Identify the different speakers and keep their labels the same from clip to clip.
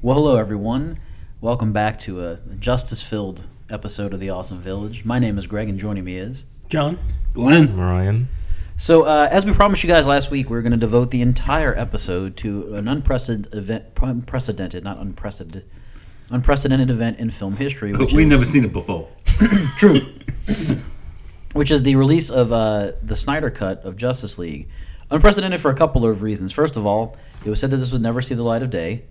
Speaker 1: Well, hello, everyone. Welcome back to a justice filled episode of The Awesome Village. My name is Greg, and joining me is.
Speaker 2: John.
Speaker 3: Glenn.
Speaker 4: Ryan.
Speaker 1: So, uh, as we promised you guys last week, we're going to devote the entire episode to an unprecedented event, unprecedented, not unprecedented, unprecedented event in film history.
Speaker 3: But
Speaker 1: Which
Speaker 3: we
Speaker 1: is,
Speaker 3: never seen it before.
Speaker 1: True. Which is the release of uh, the Snyder Cut of Justice League. Unprecedented for a couple of reasons. First of all, it was said that this would never see the light of day.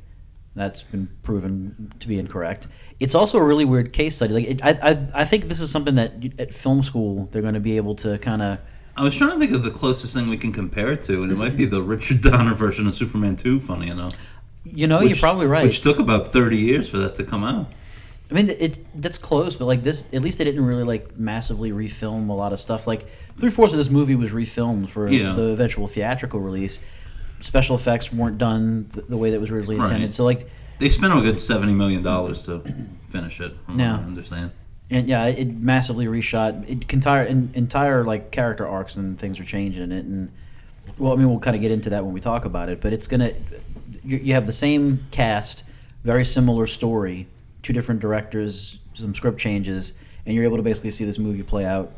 Speaker 1: That's been proven to be incorrect. It's also a really weird case study. Like, it, I, I, I think this is something that you- at film school they're going to be able to kind of.
Speaker 3: I was trying to think of the closest thing we can compare it to, and it might be the Richard Donner version of Superman 2, funny enough.
Speaker 1: You know, Oh, you're
Speaker 3: Which-
Speaker 1: probably right.
Speaker 3: Which took about 30 years for that to come out.
Speaker 1: I mean, it's that's close, but like this, at least they didn't really like massively refilm a lot of stuff. Like three fourths of this movie was refilmed for
Speaker 3: Yeah.
Speaker 1: the eventual theatrical release. Special effects weren't done th- the way that was originally intended.
Speaker 3: Right.
Speaker 1: So like,
Speaker 3: They spent a good $70 million to finish it, from
Speaker 1: Yeah.
Speaker 3: what I understand.
Speaker 1: and yeah, it massively reshot. It entire in, entire like character arcs and things are changing in it. And well, I mean, we'll kind of get into that when we talk about it. But it's gonna, you, you have the same cast, very similar story, two different directors, some script changes, and you're able to basically see this movie play out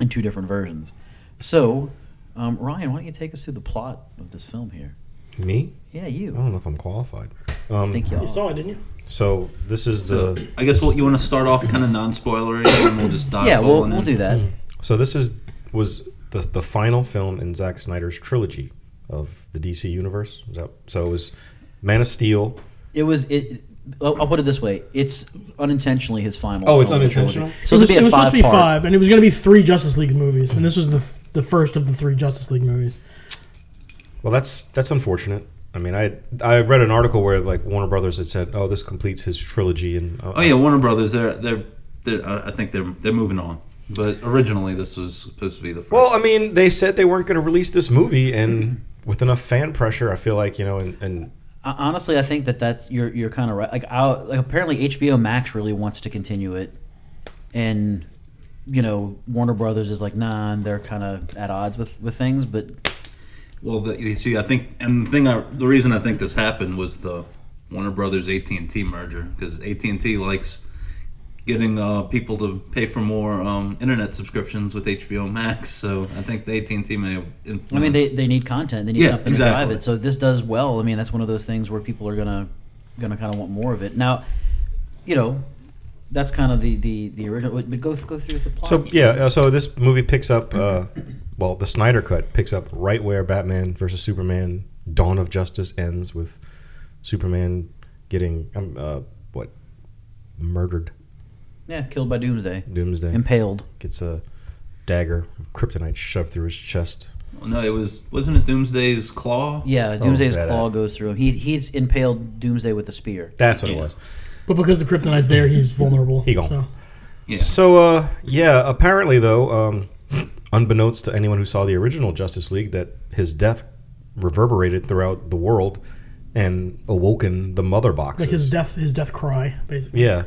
Speaker 1: in two different versions. So, um, Ryan, why don't you take us through the plot of this film here?
Speaker 4: Me?
Speaker 1: Yeah,
Speaker 4: I
Speaker 1: you.
Speaker 4: don't know if I'm qualified. Um,
Speaker 1: Thank you.
Speaker 2: You
Speaker 1: all
Speaker 2: saw it, didn't you?
Speaker 4: So this is
Speaker 3: So,
Speaker 4: the.
Speaker 3: I guess what you want to start off kind of non spoilery, and then we'll just dive
Speaker 1: Yeah, we'll,
Speaker 3: full in.
Speaker 1: we'll do that.
Speaker 4: So this is was the the final film in Zack Snyder's trilogy of the DC universe. Is that- So it was Man of Steel.
Speaker 1: It was it. I'll I'll put it this way: it's unintentionally his final.
Speaker 4: Oh, it's
Speaker 1: film in the trilogy.
Speaker 4: unintentional?
Speaker 1: So this would be
Speaker 2: it
Speaker 1: a
Speaker 2: was supposed
Speaker 1: five
Speaker 2: to be
Speaker 1: part.
Speaker 2: five, and it was going to be three Justice League movies, and this was the the first of the three Justice League movies.
Speaker 4: Well, that's that's unfortunate. I mean, I I read an article where like Warner Brothers had said, "Oh, this completes his trilogy." And uh,
Speaker 3: Oh, yeah, Warner Brothers, they're, they're, they're, uh, I think they're, they're moving on. But originally, this was supposed to be the first.
Speaker 4: Well, I mean, they said they weren't going to release this movie, and with enough fan pressure, I feel like you know, and, and
Speaker 1: Hon- Honestly, I think that that's you're you're kind of right. Like, i like apparently HBO Max really wants to continue it, and you know Warner Brothers is like nah, and they're kind of at odds with with things. But
Speaker 3: Well, the, you see, I think, and the thing, I, the reason I think this happened was the Warner Brothers AT and T merger because AT and T likes getting uh, people to pay for more um, internet subscriptions with HBO Max. So I think the AT and T may have influenced.
Speaker 1: I mean, they, they need content. They need
Speaker 3: Yeah,
Speaker 1: something to
Speaker 3: exactly.
Speaker 1: drive it. So this does well. I mean, that's one of those things where people are gonna gonna kind of want more of it. Now, you know, that's kind of the the the original. But go go through the plot.
Speaker 4: So yeah, uh, so this movie picks up, uh, well, the Snyder cut picks up right where Batman versus Superman: Dawn of Justice ends with Superman getting um, uh, what murdered.
Speaker 1: yeah, killed by Doomsday.
Speaker 4: Doomsday
Speaker 1: impaled.
Speaker 4: gets a dagger of kryptonite shoved through his chest.
Speaker 3: No, it was wasn't it Doomsday's claw?
Speaker 1: Yeah, Doomsday's
Speaker 4: bad
Speaker 1: claw
Speaker 4: ass.
Speaker 1: goes through him. He, he's impaled Doomsday with a spear.
Speaker 4: That's what it
Speaker 3: Yeah.
Speaker 4: was.
Speaker 2: But because the Kryptonite's there, he's vulnerable.
Speaker 4: He gone.
Speaker 2: So
Speaker 3: Yeah.
Speaker 4: So uh, yeah, apparently though, um, unbeknownst to anyone who saw the original Justice League, that his death reverberated throughout the world and awoken the mother boxes.
Speaker 2: like his death, his death cry, basically.
Speaker 4: Yeah.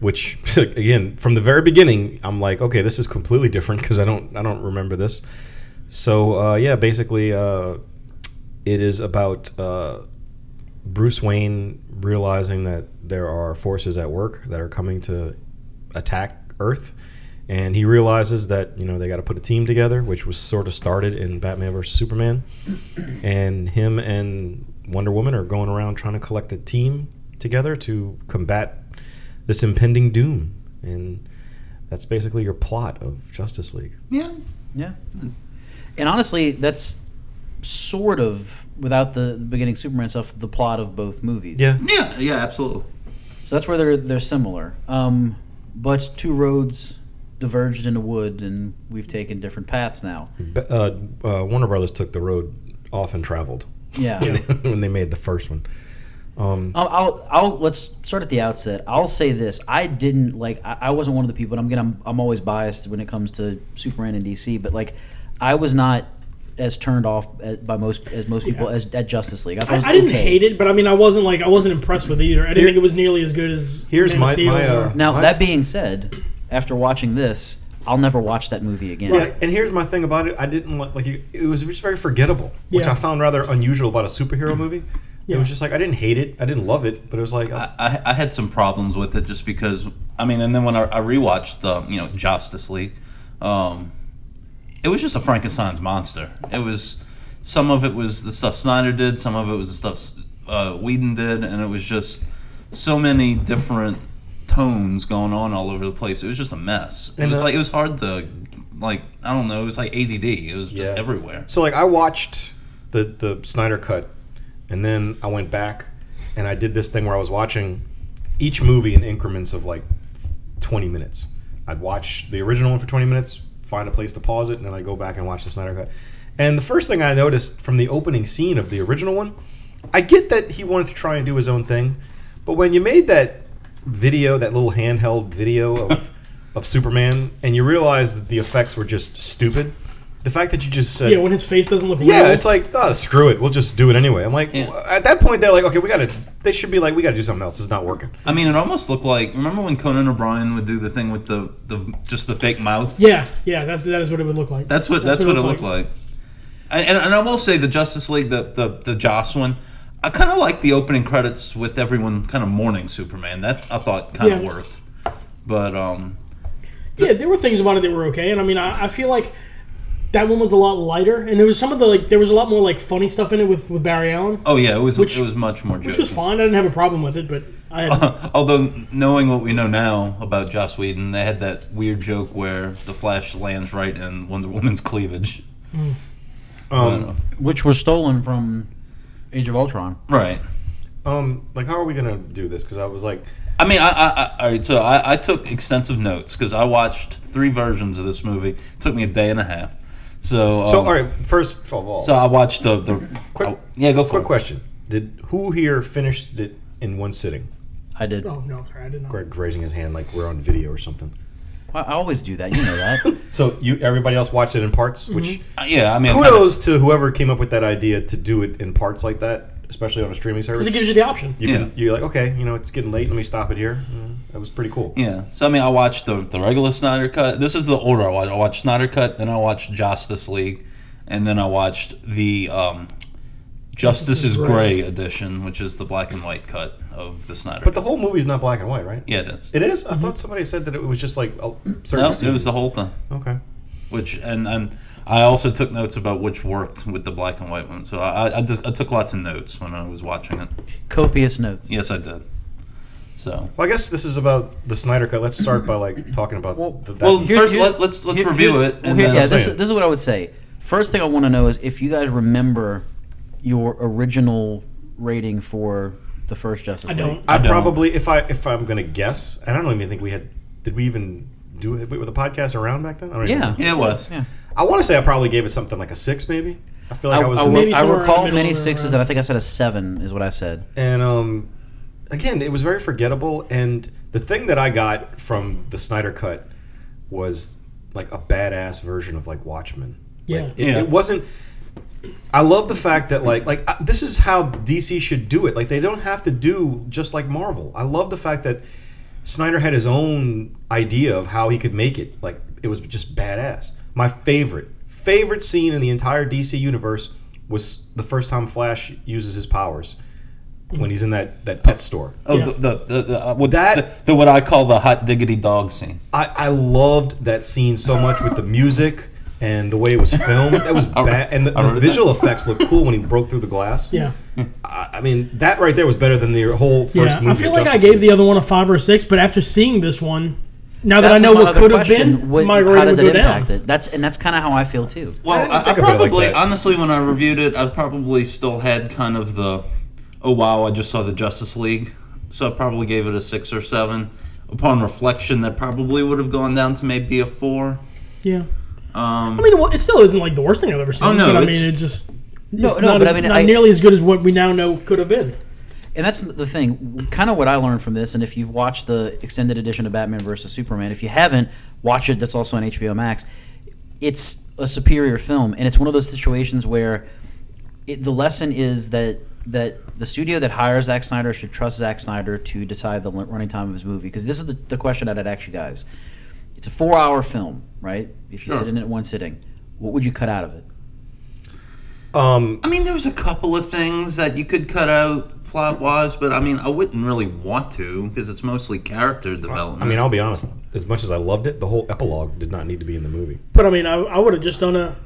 Speaker 4: Which again, from the very beginning, I'm like, okay, this is completely different because I don't I don't remember this. So uh, yeah, basically, uh, it is about uh, Bruce Wayne realizing that there are forces at work that are coming to attack Earth, and he realizes that you know they got to put a team together, which was sort of started in Batman vs Superman, and him and Wonder Woman are going around trying to collect a team together to combat this impending doom, and that's basically your plot of Justice League.
Speaker 3: Yeah.
Speaker 1: Yeah. And honestly, that's sort of, without the beginning Superman stuff, the plot of both movies.
Speaker 4: Yeah.
Speaker 3: Yeah. Yeah. Absolutely.
Speaker 1: So that's where they're they're similar. Um, but two roads diverged in the wood, and we've taken different paths now.
Speaker 4: Ba- Uh, uh, Warner Brothers took the road often traveled
Speaker 1: Yeah.
Speaker 4: when, they, when they made the first one. Um,
Speaker 1: I'll, I'll, I'll let's start at the outset. I'll say this: I didn't like. I, I wasn't one of the people. And I'm gonna. I'm, I'm always biased when it comes to Superman and DC, but like, I was not as turned off at, by most as most people as at Justice League. thought
Speaker 2: I,
Speaker 1: it was
Speaker 2: I didn't
Speaker 1: okay.
Speaker 2: hate it, but I mean, I wasn't like I wasn't impressed with it either. I didn't
Speaker 4: Here-
Speaker 2: think it was nearly as good as
Speaker 4: here's
Speaker 2: Man of
Speaker 4: my-
Speaker 2: Steel
Speaker 4: my, uh,
Speaker 2: or-
Speaker 1: Now
Speaker 4: I've-
Speaker 1: that being said, after watching this, I'll never watch that movie again.
Speaker 4: yeah, and here's my thing about it: I didn't like, like you, it was just very forgettable, which
Speaker 2: Yeah. Mm.
Speaker 4: I found rather unusual about a superhero movie. It
Speaker 2: Yeah.
Speaker 4: was just like I didn't hate it, I didn't love it, but it was like uh,
Speaker 3: I, I, I had some problems with it just because I mean, and then when I, I rewatched, um, you know, Justice League, um, it was just a Frankenstein's monster. It was some of it was the stuff Snyder did, some of it was the stuff uh, Whedon did, and it was just so many different tones going on all over the place. It was just a mess. It
Speaker 4: And
Speaker 3: was
Speaker 4: the-
Speaker 3: like it was hard to like I don't know. It was like ADD. It was just
Speaker 4: Yeah.
Speaker 3: everywhere.
Speaker 4: So like I watched the the Snyder cut, and then I went back and I did this thing where I was watching each movie in increments of like twenty minutes. I'd watch the original one for twenty minutes, find a place to pause it, and then I go back and watch the Snyder cut. And the first thing I noticed from the opening scene of the original one, I get that he wanted to try and do his own thing, but when you made that video, that little handheld video of of Superman, and you realize that the effects were just stupid, the fact that you just said
Speaker 2: Yeah, when his face doesn't look
Speaker 4: yeah,
Speaker 2: real.
Speaker 4: it's like, oh, screw it. We'll just do it anyway. I'm like,
Speaker 3: Yeah.
Speaker 4: at that point, they're like, okay, we got to, they should be like, we got to do something else. It's not working.
Speaker 3: I mean, it almost looked like remember when Conan O'Brien would do the thing with the the just the fake mouth.
Speaker 2: yeah, yeah, that, that is what it would look like.
Speaker 3: That's what that's, what, it looked like. And, and, and I will say the Justice League, the the, the Joss one, I kind of like the opening credits with everyone kind of mourning Superman. That I thought kind of
Speaker 2: Yeah.
Speaker 3: worked. But um,
Speaker 2: yeah, there were things about it that were okay, and I mean, I, I feel like that one was a lot lighter, and there was some of the like, there was a lot more like funny stuff in it with with Barry Allen,
Speaker 3: oh yeah, it was
Speaker 2: Which-
Speaker 3: it was much more
Speaker 2: which was
Speaker 3: joking.
Speaker 2: fine. I didn't have a problem with it, but I
Speaker 3: Uh-huh.
Speaker 2: had,
Speaker 3: Although knowing what we know now about Joss Whedon, they had that weird joke where the Flash lands right in Wonder Woman's cleavage.
Speaker 4: Um,
Speaker 1: which was stolen from Age of Ultron.
Speaker 3: Right.
Speaker 4: um, like, how are we going to do this? Because I was like,
Speaker 3: I mean, I, I, I all right. So I, I took extensive notes because I watched three versions of this movie. It took me a day and a half. So
Speaker 4: so,
Speaker 3: um,
Speaker 4: all right, first of all,
Speaker 3: So I watched the the
Speaker 4: Quick-
Speaker 3: oh, yeah go for
Speaker 4: quick
Speaker 3: it.
Speaker 4: question. Did who here finished it in one sitting?
Speaker 1: I did.
Speaker 2: oh no, sorry, I did not.
Speaker 4: Greg raising his hand like we're on video or something.
Speaker 1: I, I always do that. You know that.
Speaker 4: So, you everybody else watched it in parts,
Speaker 2: Mm-hmm.
Speaker 4: which
Speaker 3: Uh, yeah, I mean I'm kinda-
Speaker 4: kudos to whoever came up with that idea to do it in parts like that, especially on a streaming service.
Speaker 2: Because it gives you the option.
Speaker 4: you
Speaker 3: Yeah.
Speaker 4: can, you're like, okay, you know, it's getting late. Let me stop it here. Mm, That was pretty cool.
Speaker 3: yeah. So I mean I watched the the regular Snyder cut. This is the order I watched. I watched Snyder cut, then I watched Justice League, and then I watched the um, Justice is Gray edition, which is the black and white cut of the Snyder.
Speaker 4: But the
Speaker 3: cut.
Speaker 4: whole movie's not black and white, right?
Speaker 3: yeah, it is.
Speaker 4: It is? I thought somebody said that it was just like a certain
Speaker 3: No,
Speaker 4: scene.
Speaker 3: it was the whole thing.
Speaker 4: Okay.
Speaker 3: Which and and I also took notes about which worked with the black and white one. So I I, I did- I took lots of notes when I was watching it.
Speaker 1: Copious notes.
Speaker 3: Yes, I did. So
Speaker 4: Well, I guess this is about the Snyder cut. Let's start by like talking about
Speaker 1: Well-
Speaker 4: the, that.
Speaker 3: well,
Speaker 1: Here-
Speaker 3: first
Speaker 1: here-
Speaker 3: let, let's let's
Speaker 1: here-
Speaker 3: review
Speaker 1: here's-
Speaker 3: it.
Speaker 1: well,
Speaker 3: and
Speaker 1: here's-
Speaker 3: then-
Speaker 1: yeah, this,
Speaker 4: saying.
Speaker 1: this is what I would say. First thing I want to know is if you guys remember your original rating for the first Justice
Speaker 2: I
Speaker 1: League.
Speaker 2: don't.
Speaker 4: I
Speaker 3: don't.
Speaker 4: probably if I if I'm gonna guess, and I don't even think we had. Did we even do it with a podcast around back then? I don't even
Speaker 1: Yeah.
Speaker 4: remember.
Speaker 3: Yeah, it was.
Speaker 1: Yeah.
Speaker 4: I want to say I probably gave it something like a six, maybe. I feel like I,
Speaker 1: I,
Speaker 4: was,
Speaker 1: I,
Speaker 2: Maybe
Speaker 1: I
Speaker 2: somewhere in the
Speaker 1: recall
Speaker 2: middle
Speaker 1: many
Speaker 2: of the
Speaker 1: sixes,
Speaker 2: round.
Speaker 1: and I think I said a seven is what I said.
Speaker 4: and um, again, it was very forgettable. And the thing that I got from the Snyder cut was like a badass version of like Watchmen.
Speaker 2: Yeah,
Speaker 4: It,
Speaker 3: Yeah.
Speaker 4: it wasn't. I love the fact that like like I, this is how DC should do it. Like they don't have to do just like Marvel. I love the fact that Snyder had his own idea of how he could make it. Like it was just badass. My favorite favorite scene in the entire DC universe was the first time Flash uses his powers when he's in that that pet store.
Speaker 3: Oh,
Speaker 2: Yeah.
Speaker 3: the the, the, the uh, with
Speaker 4: That-
Speaker 3: the, the what I call the hot diggity dog scene.
Speaker 4: I, I loved that scene so much with the music and the way it was filmed. That was bad, and the,
Speaker 3: I
Speaker 4: the
Speaker 3: wrote
Speaker 4: visual effects looked cool when he broke through the glass.
Speaker 2: yeah.
Speaker 4: I, I mean that right there was better than the whole first
Speaker 2: yeah.
Speaker 4: movie.
Speaker 2: I feel like I gave the other one a five or a six, but after seeing this one, now that, I know
Speaker 1: was my
Speaker 2: what
Speaker 1: other
Speaker 2: could have
Speaker 1: question.
Speaker 2: been,
Speaker 1: What-
Speaker 2: my
Speaker 1: how
Speaker 2: rating
Speaker 1: does
Speaker 2: would
Speaker 1: it
Speaker 2: go down.
Speaker 1: impact it? That's and that's kind of how I feel too.
Speaker 3: Well,
Speaker 4: didn't
Speaker 3: I, I,
Speaker 4: think about it like
Speaker 3: probably
Speaker 4: that.
Speaker 3: honestly, when I reviewed it, I probably still had kind of the, oh wow, I just saw the Justice League, so I probably gave it a six or seven. Upon reflection, that probably would have gone down to maybe a four. Um,
Speaker 2: Yeah. I mean, well, it still isn't like the worst thing I've ever seen.
Speaker 3: Oh, no,
Speaker 2: but I
Speaker 3: it's-
Speaker 2: mean, it just
Speaker 1: No,
Speaker 2: it's
Speaker 1: no,
Speaker 2: not,
Speaker 1: but
Speaker 2: a-
Speaker 1: I mean,
Speaker 2: not
Speaker 1: I-
Speaker 2: nearly as good as what we now know could have been.
Speaker 1: And that's the thing, kind of what I learned from this. And if you've watched the extended edition of Batman versus Superman, if you haven't, watch it. That's also on HBO Max. It's a superior film, and it's one of those situations where it, the lesson is that that the studio that hires Zack Snyder should trust Zack Snyder to decide the l- running time of his movie. Because this is the, the question I'd ask you guys. It's a four-hour film, right? If you sit in it in one sitting, what would you cut out of it?
Speaker 4: Um,
Speaker 3: I mean, there was a couple of things that you could cut out plot wise, but I mean, I wouldn't really want to because it's mostly character development.
Speaker 4: I mean, I'll be honest. As much as I loved it, the whole epilogue did not need to be in the movie.
Speaker 2: But I mean, I, I would have just done a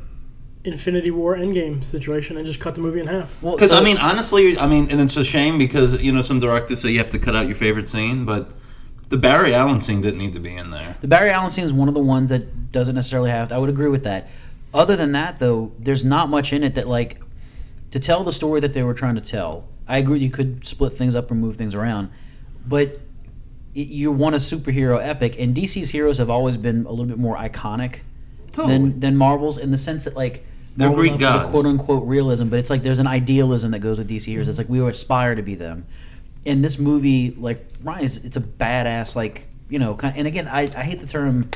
Speaker 2: Infinity War Endgame situation and just cut the movie in half.
Speaker 1: Well,
Speaker 3: Because
Speaker 1: so-
Speaker 3: I mean, honestly, I mean, and it's a shame because you know some directors say you have to cut out your favorite scene, but the Barry Allen scene didn't need to be in there.
Speaker 1: The Barry Allen scene is one of the ones that doesn't necessarily have. I would agree with that. Other than that, though, there's not much in it that like to tell the story that they were trying to tell. I agree you could split things up and move things around, but y- you want a superhero epic, and DC's heroes have always been a little bit more iconic than than Marvel's in the sense that like.
Speaker 3: They're
Speaker 1: Marvel's not
Speaker 3: Greek
Speaker 1: for the
Speaker 3: gods.
Speaker 1: quote unquote realism, but it's like there's an idealism that goes with DC heroes. It's like we would aspire to be them in this movie, like Ryan, it's, it's a badass, like you know, kind. and again, I, I hate the term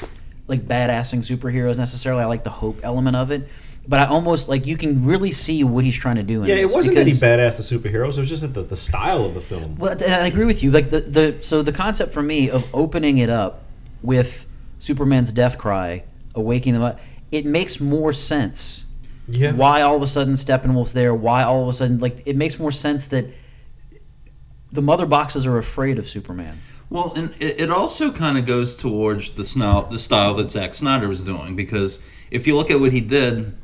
Speaker 1: like badassing superheroes necessarily. I like the hope element of it, but I almost like you can really see what he's trying to do. In
Speaker 4: Yeah, it
Speaker 1: this
Speaker 4: wasn't
Speaker 1: because-
Speaker 4: any badass the superheroes. It was just the, the style of the film.
Speaker 1: well, and I agree with you. Like the, the so the concept for me of opening it up with Superman's death cry, awaking them up, it makes more sense
Speaker 4: Yeah.
Speaker 1: why all of a sudden Steppenwolf's there, why all of a sudden like it makes more sense that the mother boxes are afraid of Superman.
Speaker 3: Well, and it, it also kind of goes towards the snow, the style that Zack Snyder was doing because if you look at what he did,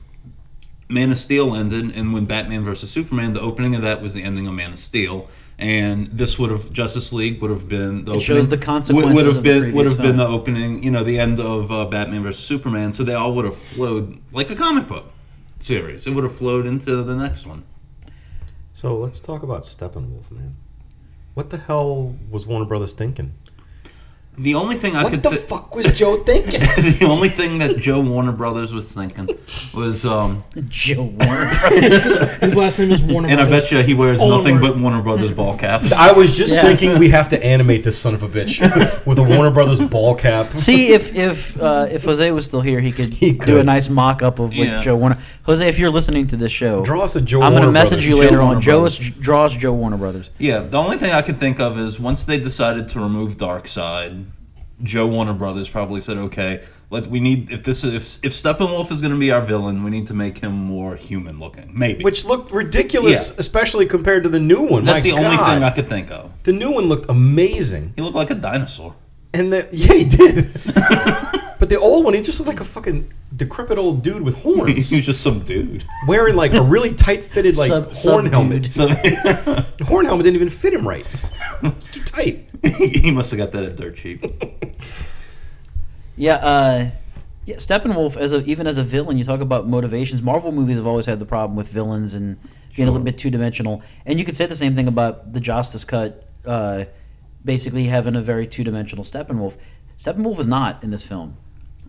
Speaker 3: Man of Steel ended, and when Batman versus Superman, the opening of that was the ending of Man of Steel, and this would have Justice League would have been the
Speaker 1: It shows the consequences
Speaker 3: would have
Speaker 1: of the
Speaker 3: been would
Speaker 1: previous
Speaker 3: have been
Speaker 1: film.
Speaker 3: the opening, you know, the end of uh, Batman versus Superman. So they all would have flowed like a comic book series. It would have flowed into the next one.
Speaker 4: So let's talk about Steppenwolf, man. What the hell was Warner Brothers thinking?
Speaker 3: The only thing I could thi-
Speaker 4: fuck was Joe thinking?
Speaker 3: the only thing that Joe Warner Brothers was thinking was um,
Speaker 1: Joe Warner.
Speaker 2: His last name is Warner.
Speaker 3: And I bet you he wears
Speaker 2: All
Speaker 3: nothing
Speaker 2: Warner.
Speaker 3: but Warner Brothers ball caps.
Speaker 4: I was just
Speaker 1: Yeah.
Speaker 4: thinking we have to animate this son of a bitch with a Warner Brothers ball cap.
Speaker 1: See if if uh, if Jose was still here, he could,
Speaker 4: He
Speaker 1: do a
Speaker 4: could.
Speaker 1: nice mock up of like
Speaker 3: Yeah.
Speaker 1: Joe Warner. Jose, if you're listening to this show,
Speaker 4: Draw us a Joe
Speaker 1: I'm
Speaker 4: Warner
Speaker 1: gonna message
Speaker 4: Brothers.
Speaker 1: you
Speaker 4: Joe
Speaker 1: later
Speaker 3: Warner
Speaker 1: on. Joe
Speaker 3: Brothers.
Speaker 1: us, draw us Joe Warner Brothers.
Speaker 3: Yeah, the only thing I could think of is once they decided to remove Darkseid, Joe Warner Brothers probably said, "Okay, let we need if this is, if if Steppenwolf is going to be our villain, we need to make him more human looking. Maybe
Speaker 4: Which looked ridiculous,
Speaker 3: Yeah.
Speaker 4: especially compared to the new one.
Speaker 3: that's
Speaker 4: My
Speaker 3: the only
Speaker 4: God.
Speaker 3: thing I could think of.
Speaker 4: the new one looked amazing,
Speaker 3: He looked like a dinosaur.
Speaker 4: and the yeah, he did. but the old one, he just looked like a fucking decrepit old dude with
Speaker 3: He was
Speaker 4: horns,
Speaker 3: just some dude.
Speaker 4: wearing like a really tight fitted like
Speaker 1: Sub-
Speaker 4: horn
Speaker 1: sub
Speaker 4: helmet.
Speaker 1: dude.
Speaker 3: So
Speaker 4: The horn helmet didn't even fit him right. It's too tight.
Speaker 3: he must have got that at dirt cheap.
Speaker 1: Yeah, uh, yeah. Steppenwolf as a even as a villain, you talk about motivations. Marvel movies have always had the problem with villains and being a little bit two dimensional. And you could say the same thing about the Justice Cut, uh, basically having a very two dimensional Steppenwolf. Steppenwolf is not in this film.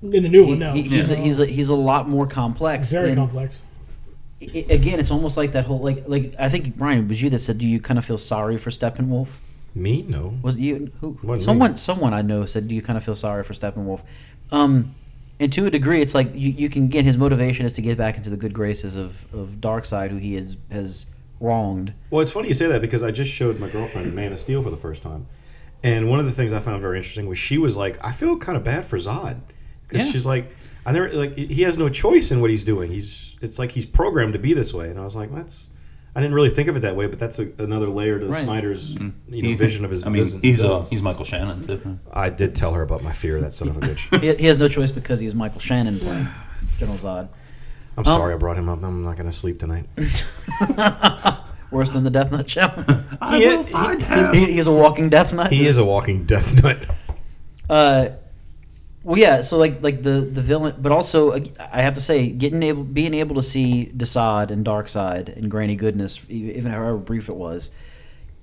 Speaker 2: in the new
Speaker 1: He,
Speaker 2: one. Oh, No,
Speaker 1: he- he's, a, he's, a, he's a lot more complex.
Speaker 2: very
Speaker 1: and-
Speaker 2: complex.
Speaker 1: i again, it's almost like that whole like like I think Brian it was you that said, "Do you kind of feel sorry for Steppenwolf?"
Speaker 4: Me no.
Speaker 1: Was it you who
Speaker 4: Wasn't me.
Speaker 1: someone someone I know said, "Do you kind of feel sorry for Steppenwolf?" Um, and to a degree, it's like you, you can get his motivation is to get back into the good graces of of Darkseid, who he has, has wronged.
Speaker 4: Well, it's funny you say that because I just showed my girlfriend Man of Steel for the first time, and one of the things I found very interesting was she was like, "I feel kind of bad for Zod," because
Speaker 1: Yeah.
Speaker 4: she's like, "I never like he has no choice in what he's doing. He's it's like he's programmed to be this way." And I was like, "That's." I didn't really think of it that way, but that's a, another layer to
Speaker 1: Right.
Speaker 4: Snyder's you know, vision of his.
Speaker 3: Mm. I mean,
Speaker 4: vis-
Speaker 3: he's a,
Speaker 4: villains.
Speaker 3: he's Michael Shannon too.
Speaker 4: I did tell her about my fear of that son of a bitch.
Speaker 1: He, he has no choice because he's Michael Shannon playing General Zod.
Speaker 4: I'm sorry I brought him up. I'm not going to sleep tonight.
Speaker 1: Worse than the Death Nut Challenge.
Speaker 3: I
Speaker 4: Yeah,
Speaker 3: will find him.
Speaker 1: he, he is a walking Death Nut.
Speaker 4: He is a walking death nut.
Speaker 1: uh, well, yeah. So like like the the villain, but also uh, I have to say, getting able being able to see Desaad and Darkseid and Granny Goodness, e- even however brief it was,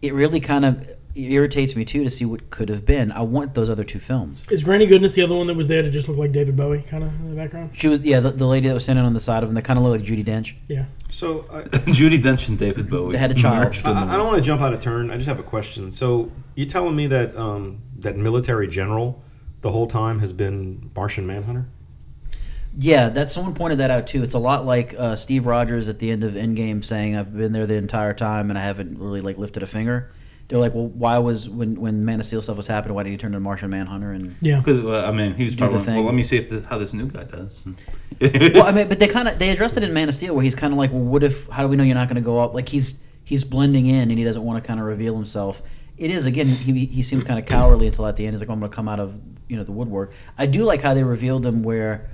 Speaker 1: it really kind of irritates me too to see what could have been. I want those other two films.
Speaker 2: Is Granny Goodness the other one that was there to just look like David Bowie, kind of in the background?
Speaker 1: She was yeah the, the lady that was standing on the side of them. They kind of looked like Judy Dench.
Speaker 2: Yeah.
Speaker 4: So I,
Speaker 3: Judy Dench and David Bowie.
Speaker 1: They had a child.
Speaker 3: merged in the
Speaker 4: I, I don't want to jump out of turn. I just have a question. So you telling me that um, that military general the whole time has been Martian Manhunter?
Speaker 1: Yeah, that someone pointed that out too. It's a lot like uh, Steve Rogers at the end of Endgame saying, "I've been there the entire time and I haven't really like lifted a finger." they're like, well, why was when when Man of Steel stuff was happening? Why did he turn to Martian Manhunter? And
Speaker 2: Yeah.
Speaker 3: Because uh, I mean, he was
Speaker 1: the
Speaker 3: probably
Speaker 1: thing.
Speaker 3: well. Let me see if the, how this new guy does.
Speaker 1: well, I mean, but they kind of they addressed it in Man of Steel where he's kind of like, well, what if? How do we know you're not going to go up? Like he's he's blending in and he doesn't want to kind of reveal himself. It is again. He he seems kind of cowardly until at the end he's like, I'm going to come out of you know the woodwork. I do like how they revealed him where,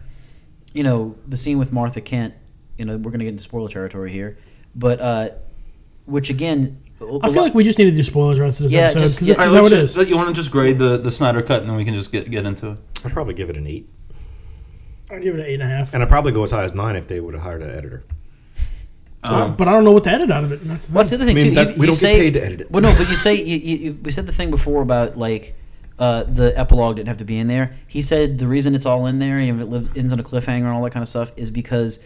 Speaker 1: you know, the scene with Martha Kent. You know, we're going to get into spoiler territory here, but uh, which again,
Speaker 2: I feel like we just need to do spoilers the rest of this
Speaker 1: Yeah,
Speaker 2: episode
Speaker 1: just-
Speaker 2: because
Speaker 1: yeah.
Speaker 2: that's
Speaker 3: All
Speaker 2: just how
Speaker 3: right,
Speaker 2: it
Speaker 3: let's
Speaker 2: is.
Speaker 3: just, you want to just grade the, the Snyder cut, and then we can just get, get into it.
Speaker 4: I'd probably give it an eight,
Speaker 2: I give it an eight and a half.
Speaker 4: and I'd probably go as high as nine if they would have hired an editor.
Speaker 3: Um,
Speaker 2: Uh, but I don't know what to edit out of it. and That's the
Speaker 1: What's
Speaker 2: thing.
Speaker 1: the other thing
Speaker 4: I mean,
Speaker 1: too?
Speaker 4: that-
Speaker 1: you,
Speaker 4: we
Speaker 1: you
Speaker 4: don't
Speaker 1: say,
Speaker 4: get paid to edit it.
Speaker 1: Well, no, but you say you, you, you, we said the thing before about like uh, the epilogue didn't have to be in there. He said the reason it's all in there and if it live, ends on a cliffhanger and all that kind of stuff is because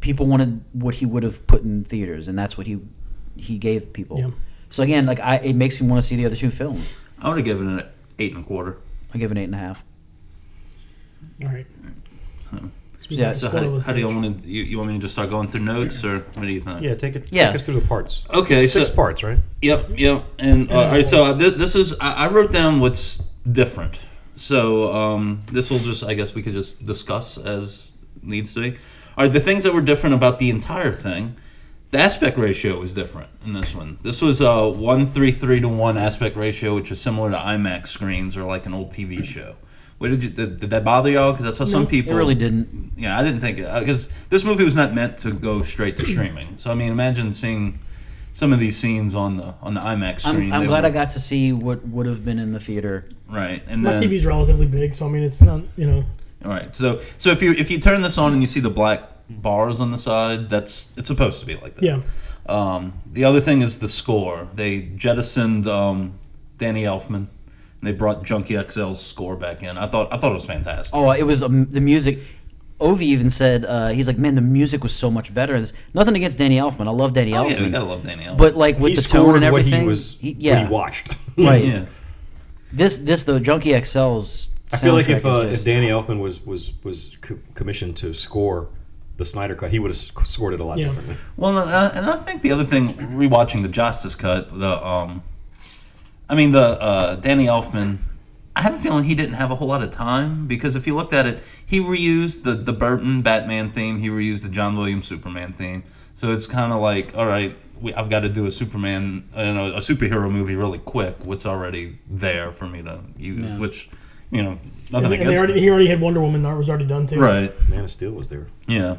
Speaker 1: people wanted what he would have put in theaters, and that's what he he gave people.
Speaker 2: Yeah.
Speaker 1: So again, like I, it makes me want to see the other two films.
Speaker 3: I would have given it an eight and a quarter.
Speaker 1: I give it an eight and a half.
Speaker 2: All right.
Speaker 1: Yeah,
Speaker 3: So how, do- how do you want to? You, you want me to just start going through notes, or what do you think?
Speaker 4: Yeah, take it.
Speaker 1: Yeah.
Speaker 4: Take us through the parts.
Speaker 3: Okay.
Speaker 4: Six
Speaker 3: so,
Speaker 4: parts, right?
Speaker 3: Yep. Yep. And uh, all right. So uh, th- this is I, I wrote down what's different. So um, this will just I guess we could just discuss as needs to be. Are the things that were different about the entire thing? The aspect ratio was different in this one. This was a one three three to one aspect ratio, which is similar to IMAX screens or like an old TV show. What did you did, did that bother y'all? Because that's how some
Speaker 1: It
Speaker 3: people
Speaker 1: really didn't.
Speaker 3: yeah, I didn't think it because this movie was not meant to go straight to streaming. So I mean, imagine seeing some of these scenes on the on the IMAX
Speaker 1: I'm,
Speaker 3: screen.
Speaker 1: I'm
Speaker 3: They
Speaker 1: glad
Speaker 3: were-
Speaker 1: I got to see what would have been in the theater.
Speaker 3: right. And
Speaker 2: My
Speaker 3: then
Speaker 2: TV's relatively big, so I mean, it's not you know.
Speaker 3: all right. So so if you if you turn this on and you see the black bars on the side, that's it's supposed to be like that.
Speaker 2: Yeah.
Speaker 3: Um, the other thing is the score. They jettisoned um, Danny Elfman. And they brought Junkie XL's score back in. I thought I thought it was fantastic.
Speaker 1: Oh, it was um, the music. Ovi even said uh, he's like, man, the music was so much better. This nothing against Danny Elfman. I love Danny
Speaker 3: Oh,
Speaker 1: Elfman.
Speaker 3: yeah, you gotta love Danny Elfman.
Speaker 1: But like with
Speaker 4: he
Speaker 1: the tone
Speaker 4: scored
Speaker 1: and
Speaker 4: what
Speaker 1: everything,
Speaker 4: he was.
Speaker 1: he- yeah,
Speaker 4: What he watched.
Speaker 1: right.
Speaker 3: yeah,
Speaker 1: This this though, Junkie XL's.
Speaker 4: I feel like if,
Speaker 1: soundtrack
Speaker 4: uh,
Speaker 1: is
Speaker 4: if
Speaker 1: just-
Speaker 4: Danny Elfman was was was co- commissioned to score the Snyder cut, he would have scored it a lot
Speaker 2: Yeah.
Speaker 4: differently.
Speaker 3: Well, and I, and I think the other thing, rewatching the Justice Cut, the um, I mean the uh, Danny Elfman, I have a feeling he didn't have a whole lot of time because if you looked at it, he reused the the Burton Batman theme, he reused the John Williams Superman theme, so it's kind of like, all right, we, I've got to do a Superman, you know, a superhero movie really quick. What's already there for me to use, which you know,
Speaker 2: And,
Speaker 3: nothing
Speaker 2: and they
Speaker 3: against.
Speaker 2: already,
Speaker 3: it.
Speaker 2: he already had Wonder Woman. That was already done too.
Speaker 3: Right.
Speaker 4: Man of Steel was there.
Speaker 3: Yeah. All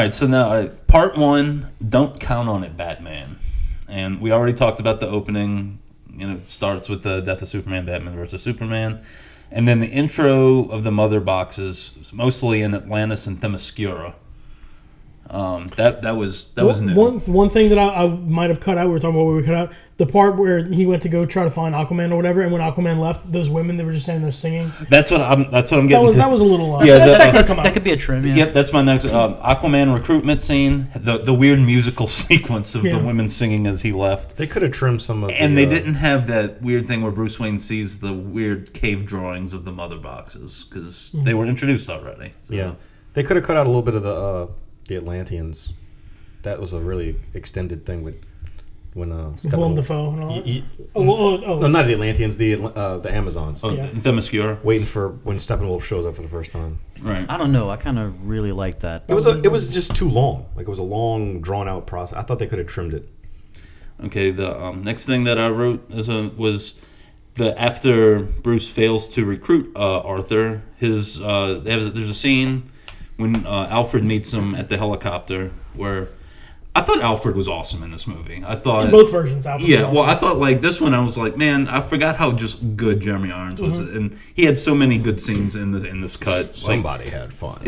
Speaker 3: right. So now, all right, part one. Don't count on it, Batman. And we already talked about the opening. You know, it starts with the death of Superman, Batman versus Superman, and then the intro of the mother boxes, mostly in Atlantis and Themyscira. Um, that that was that was
Speaker 2: One-
Speaker 3: new.
Speaker 2: One one thing that I, I might have cut out. We were talking about what we cut out the part where he went to go try to find Aquaman or whatever, and when Aquaman left, those women that were just standing there singing.
Speaker 3: that's what I'm. That's what I'm
Speaker 2: That
Speaker 3: getting
Speaker 2: was
Speaker 3: to.
Speaker 2: that was a little. Uh,
Speaker 3: Yeah, the-
Speaker 2: that,
Speaker 1: That's-
Speaker 2: could come
Speaker 1: that
Speaker 2: out.
Speaker 1: could be a trim. Yeah.
Speaker 3: Yep, that's my next um, Aquaman recruitment scene. The the weird musical sequence of
Speaker 2: Yeah.
Speaker 3: the women singing as he left.
Speaker 4: They could have trimmed some of.
Speaker 3: And
Speaker 4: the,
Speaker 3: they
Speaker 4: uh,
Speaker 3: didn't have that weird thing where Bruce Wayne sees the weird cave drawings of the mother boxes because they
Speaker 2: Mm-hmm.
Speaker 3: were introduced already. So.
Speaker 4: Yeah, uh, they could have cut out a little bit of the uh, the Atlanteans. That was a really extended thing with when uh,
Speaker 2: Willem
Speaker 4: Steppenwolf-
Speaker 2: Dafoe and all
Speaker 4: Y-
Speaker 2: that.
Speaker 4: y-
Speaker 2: Oh, oh, oh,
Speaker 4: no, not the Atlanteans. The Atl- uh, the Amazons.
Speaker 3: Oh,
Speaker 2: Yeah.
Speaker 3: Themyscira.
Speaker 4: Waiting for when Steppenwolf shows up for the first time.
Speaker 3: Right.
Speaker 1: I don't know. I kind of really like that.
Speaker 4: It was a, it was just too long. Like it was a long, drawn out process. I thought they could have trimmed it.
Speaker 3: Okay. The um, next thing that I wrote as a, was the after Bruce fails to recruit uh, Arthur, his uh, they have, there's a scene when uh, Alfred meets him at the helicopter where I thought Alfred was awesome in this movie. I thought
Speaker 2: In both versions. Alfred
Speaker 3: Yeah,
Speaker 2: was
Speaker 3: well,
Speaker 2: awesome.
Speaker 3: I thought like this one, I was like, man, I forgot how just good Jeremy Irons was, and he had so many good scenes in the in this cut. Like,
Speaker 4: Somebody had fun.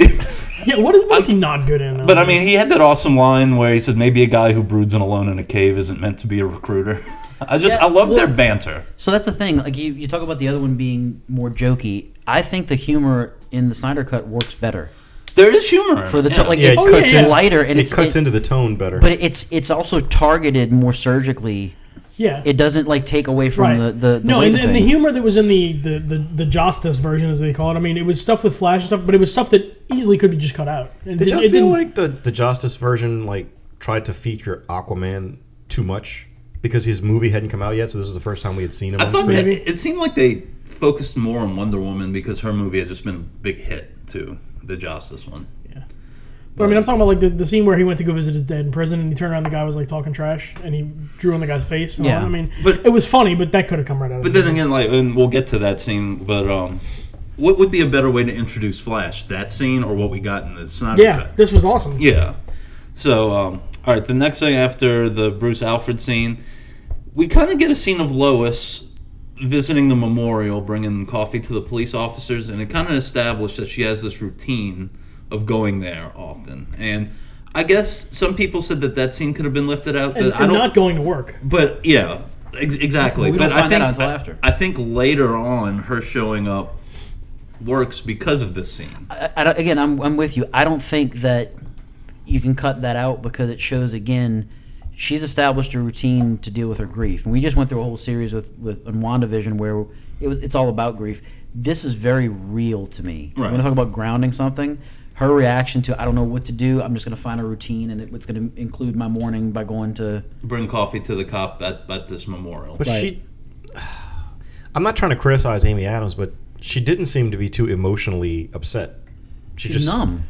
Speaker 2: yeah. What is, what is he not good in?
Speaker 3: but I mean, he had that awesome line where he said, "Maybe a guy who broods in alone in a cave isn't meant to be a recruiter." I just,
Speaker 1: Yeah,
Speaker 3: I love their
Speaker 1: well-
Speaker 3: banter.
Speaker 1: So that's the thing. Like you, you talk about the other one being more jokey. I think the humor in the Snyder cut works better
Speaker 3: There is humor
Speaker 1: for the
Speaker 3: yeah.
Speaker 1: t- like
Speaker 4: Yeah,
Speaker 1: it's,
Speaker 4: it cuts
Speaker 1: it's
Speaker 2: in-
Speaker 1: lighter and
Speaker 4: it
Speaker 1: it's
Speaker 4: cuts
Speaker 1: it-
Speaker 4: into the tone better.
Speaker 1: but it's it's also targeted more surgically.
Speaker 2: yeah.
Speaker 1: It doesn't like take away from
Speaker 2: Right.
Speaker 1: the the, the
Speaker 2: no,
Speaker 1: weight
Speaker 2: and,
Speaker 1: of
Speaker 2: and the
Speaker 1: things.
Speaker 2: humor that was in the the, the the Justice version, as they call it. I mean, it was stuff with Flash and stuff, but it was stuff that easily could be just cut out. It
Speaker 4: Did
Speaker 2: did-
Speaker 4: y'all
Speaker 2: it
Speaker 4: feel
Speaker 2: didn't-
Speaker 4: like the, the Justice version like tried to feature Aquaman too much? because his movie hadn't come out yet, so this was the first time we had seen him
Speaker 3: I
Speaker 4: on
Speaker 3: thought
Speaker 4: screen.
Speaker 3: that it seemed like they focused more on Wonder Woman because her movie had just been a big hit too, the Justice one.
Speaker 2: But I mean, I'm talking about like the, the scene where he went to go visit his dad in prison, and he turned around, the guy was like talking trash, and he drew on the guy's face. And all
Speaker 1: Yeah.
Speaker 2: that. I mean,
Speaker 3: But-
Speaker 2: it was funny, but that could have come right out.
Speaker 3: But
Speaker 2: of the
Speaker 3: then again, like, and we'll get to that scene. But um, what would be a better way to introduce Flash? That scene or what we got in the Snyder
Speaker 2: yeah,
Speaker 3: cut?
Speaker 2: this was awesome.
Speaker 3: Yeah. So, um, all right, the next thing after the Bruce Alfred scene, we kind of get a scene of Lois visiting the memorial, bringing coffee to the police officers, and it kind of established that she has this routine of going there often. And I guess some people said that that scene could have been lifted out. That
Speaker 2: and,
Speaker 3: I
Speaker 2: and
Speaker 3: don't,
Speaker 2: not going to work.
Speaker 3: but yeah, ex- exactly.
Speaker 1: We
Speaker 3: but
Speaker 1: don't
Speaker 3: I
Speaker 1: find that
Speaker 3: think
Speaker 1: out until after.
Speaker 3: I think later on, her showing up works because of this scene.
Speaker 1: I, I don't- again, I'm, I'm with you. I don't think that you can cut that out because it shows again she's established a routine to deal with her grief, and we just went through a whole series with with on Wandavision where it was it's all about grief. This is very real to me.
Speaker 3: Right.
Speaker 1: When I talk about grounding something, her reaction to I don't know what to do. I'm just going to find a routine, and it, it's going to include my morning by going to
Speaker 3: Bring coffee to the cop at, at this memorial.
Speaker 4: But
Speaker 1: Right.
Speaker 4: she, I'm not trying to criticize Amy Adams, but she didn't seem to be too emotionally upset. She
Speaker 1: she's
Speaker 4: just,
Speaker 1: numb.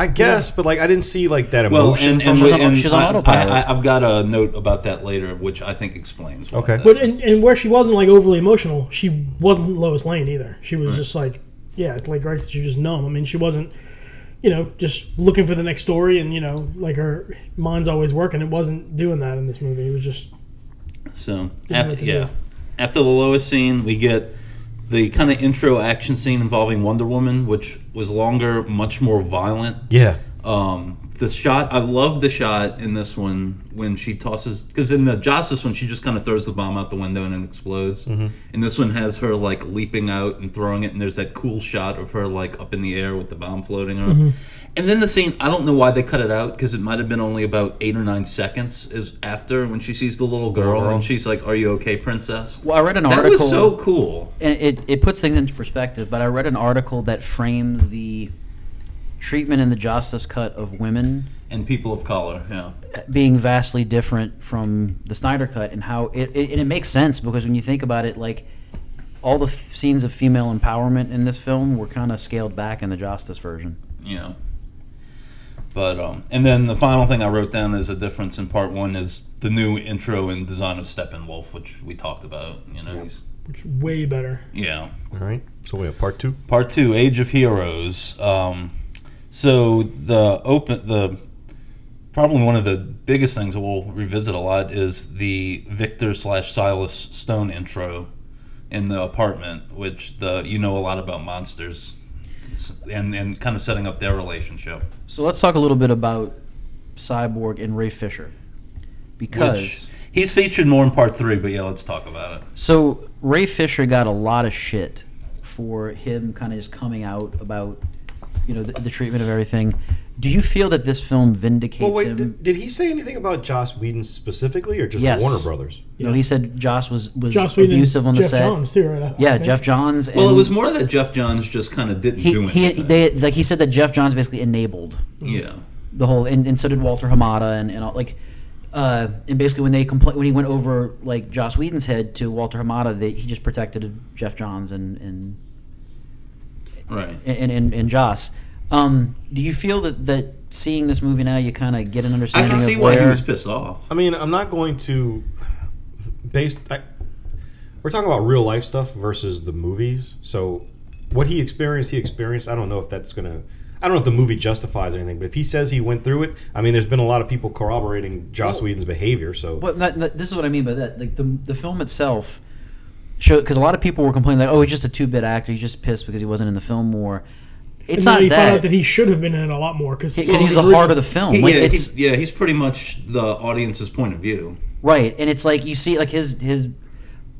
Speaker 4: I guess, but like I didn't see like that
Speaker 3: Well,
Speaker 4: emotion.
Speaker 3: and,
Speaker 1: from
Speaker 3: and,
Speaker 1: her-
Speaker 3: and
Speaker 1: she's on
Speaker 3: I-
Speaker 1: autopilot.
Speaker 3: I, I, I've got a note about that later, which I think explains. why
Speaker 4: Okay.
Speaker 3: that-
Speaker 2: But and, and where she wasn't like overly emotional, she wasn't Lois Lane either. She was just like, yeah, it's like Greg said, she was just numb. I mean, she wasn't, you know, just looking for the next story, and you know, like her mind's always working. It wasn't doing that in this movie. It was just
Speaker 3: so
Speaker 2: know
Speaker 3: af-
Speaker 2: what to
Speaker 3: yeah,
Speaker 2: do.
Speaker 3: after the lowest scene, we get the kind of intro action scene involving Wonder Woman, which was longer, much more violent.
Speaker 4: yeah,
Speaker 3: Um, the shot, I love the shot in this one when she tosses, because in the Justice one, she just kind of throws the bomb out the window and it explodes. And this one has her like leaping out and throwing it, and there's that cool shot of her like up in the air with the bomb floating around. And then the scene, I don't know why they cut it out because it might have been only about eight or nine seconds is after when she sees the little girl,
Speaker 4: girl.
Speaker 3: and she's like, "Are you okay, princess?"
Speaker 1: Well, I read an
Speaker 3: that
Speaker 1: article.
Speaker 3: was so cool.
Speaker 1: and it, it puts things into perspective, but I read an article that frames the treatment in the Justice Cut of women
Speaker 3: And people of color, yeah.
Speaker 1: being vastly different from the Snyder Cut and how it, it and it makes sense because when you think about it, like all the f- scenes of female empowerment in this film were kind of scaled back in the Justice version.
Speaker 3: you know. But um, and then the final thing I wrote down as a difference in part one is the new intro and design of Steppenwolf, which we talked about. You know, he's,
Speaker 2: which way better.
Speaker 3: yeah.
Speaker 4: all right. So we have part two.
Speaker 3: Part two, Age of Heroes. Um, so the open the probably one of the biggest things that we'll revisit a lot is the Victor slash Silas Stone intro in the apartment, which the you know a lot about monsters and and kind of setting up their relationship.
Speaker 1: So let's talk a little bit about Cyborg and Ray Fisher because.
Speaker 3: Which he's featured more in part three, but yeah, let's talk about it.
Speaker 1: So Ray Fisher got a lot of shit for him kind of just coming out about you know the, the treatment of everything. Do you feel that this film vindicates
Speaker 4: Well, wait,
Speaker 1: him?
Speaker 4: did, did he say anything about Joss Whedon specifically, or just
Speaker 1: Yes.
Speaker 4: Warner Brothers?
Speaker 1: you know, he said Joss was was
Speaker 2: Josh Whedon,
Speaker 1: abusive on the
Speaker 2: Jeff
Speaker 1: set.
Speaker 2: Johns too, right? I- I
Speaker 1: Yeah,
Speaker 2: think.
Speaker 1: Jeff Johns. And
Speaker 3: Well, it was more that Jeff Johns just kind of didn't do
Speaker 1: he, he
Speaker 3: anything.
Speaker 1: they like he said that Jeff Johns basically enabled
Speaker 3: yeah,
Speaker 1: the whole and, and so did Walter Hamada and, and all like uh, and basically when they compla- when he went over like Joss Whedon's head to Walter Hamada, they, he just protected Jeff Johns and, and
Speaker 3: right.
Speaker 1: and and, and Joss. Um, do you feel that that seeing this movie now, you kind of get an
Speaker 3: I
Speaker 1: understanding
Speaker 3: can see
Speaker 1: of
Speaker 3: why
Speaker 1: where
Speaker 3: he was pissed off.
Speaker 4: I mean, I'm not going to based. I, we're talking about real life stuff versus the movies. So, what he experienced, he experienced. I don't know if that's gonna. I don't know if the movie justifies anything, but if he says he went through it, I mean, there's been a lot of people corroborating Joss Whedon's behavior. So,
Speaker 1: But not, not- this is what I mean by that. Like the the film itself, show because a lot of people were complaining like, oh, he's just a two bit actor. He's just pissed because he wasn't in the film more. It's
Speaker 2: And then
Speaker 1: not
Speaker 2: you found
Speaker 1: that
Speaker 2: out that he should have been in it a lot more because
Speaker 1: because he's the heart of the film.
Speaker 3: He-
Speaker 1: like
Speaker 3: yeah,
Speaker 1: it's
Speaker 3: he- yeah, he's pretty much the audience's point of view.
Speaker 1: right, and it's like you see like his his.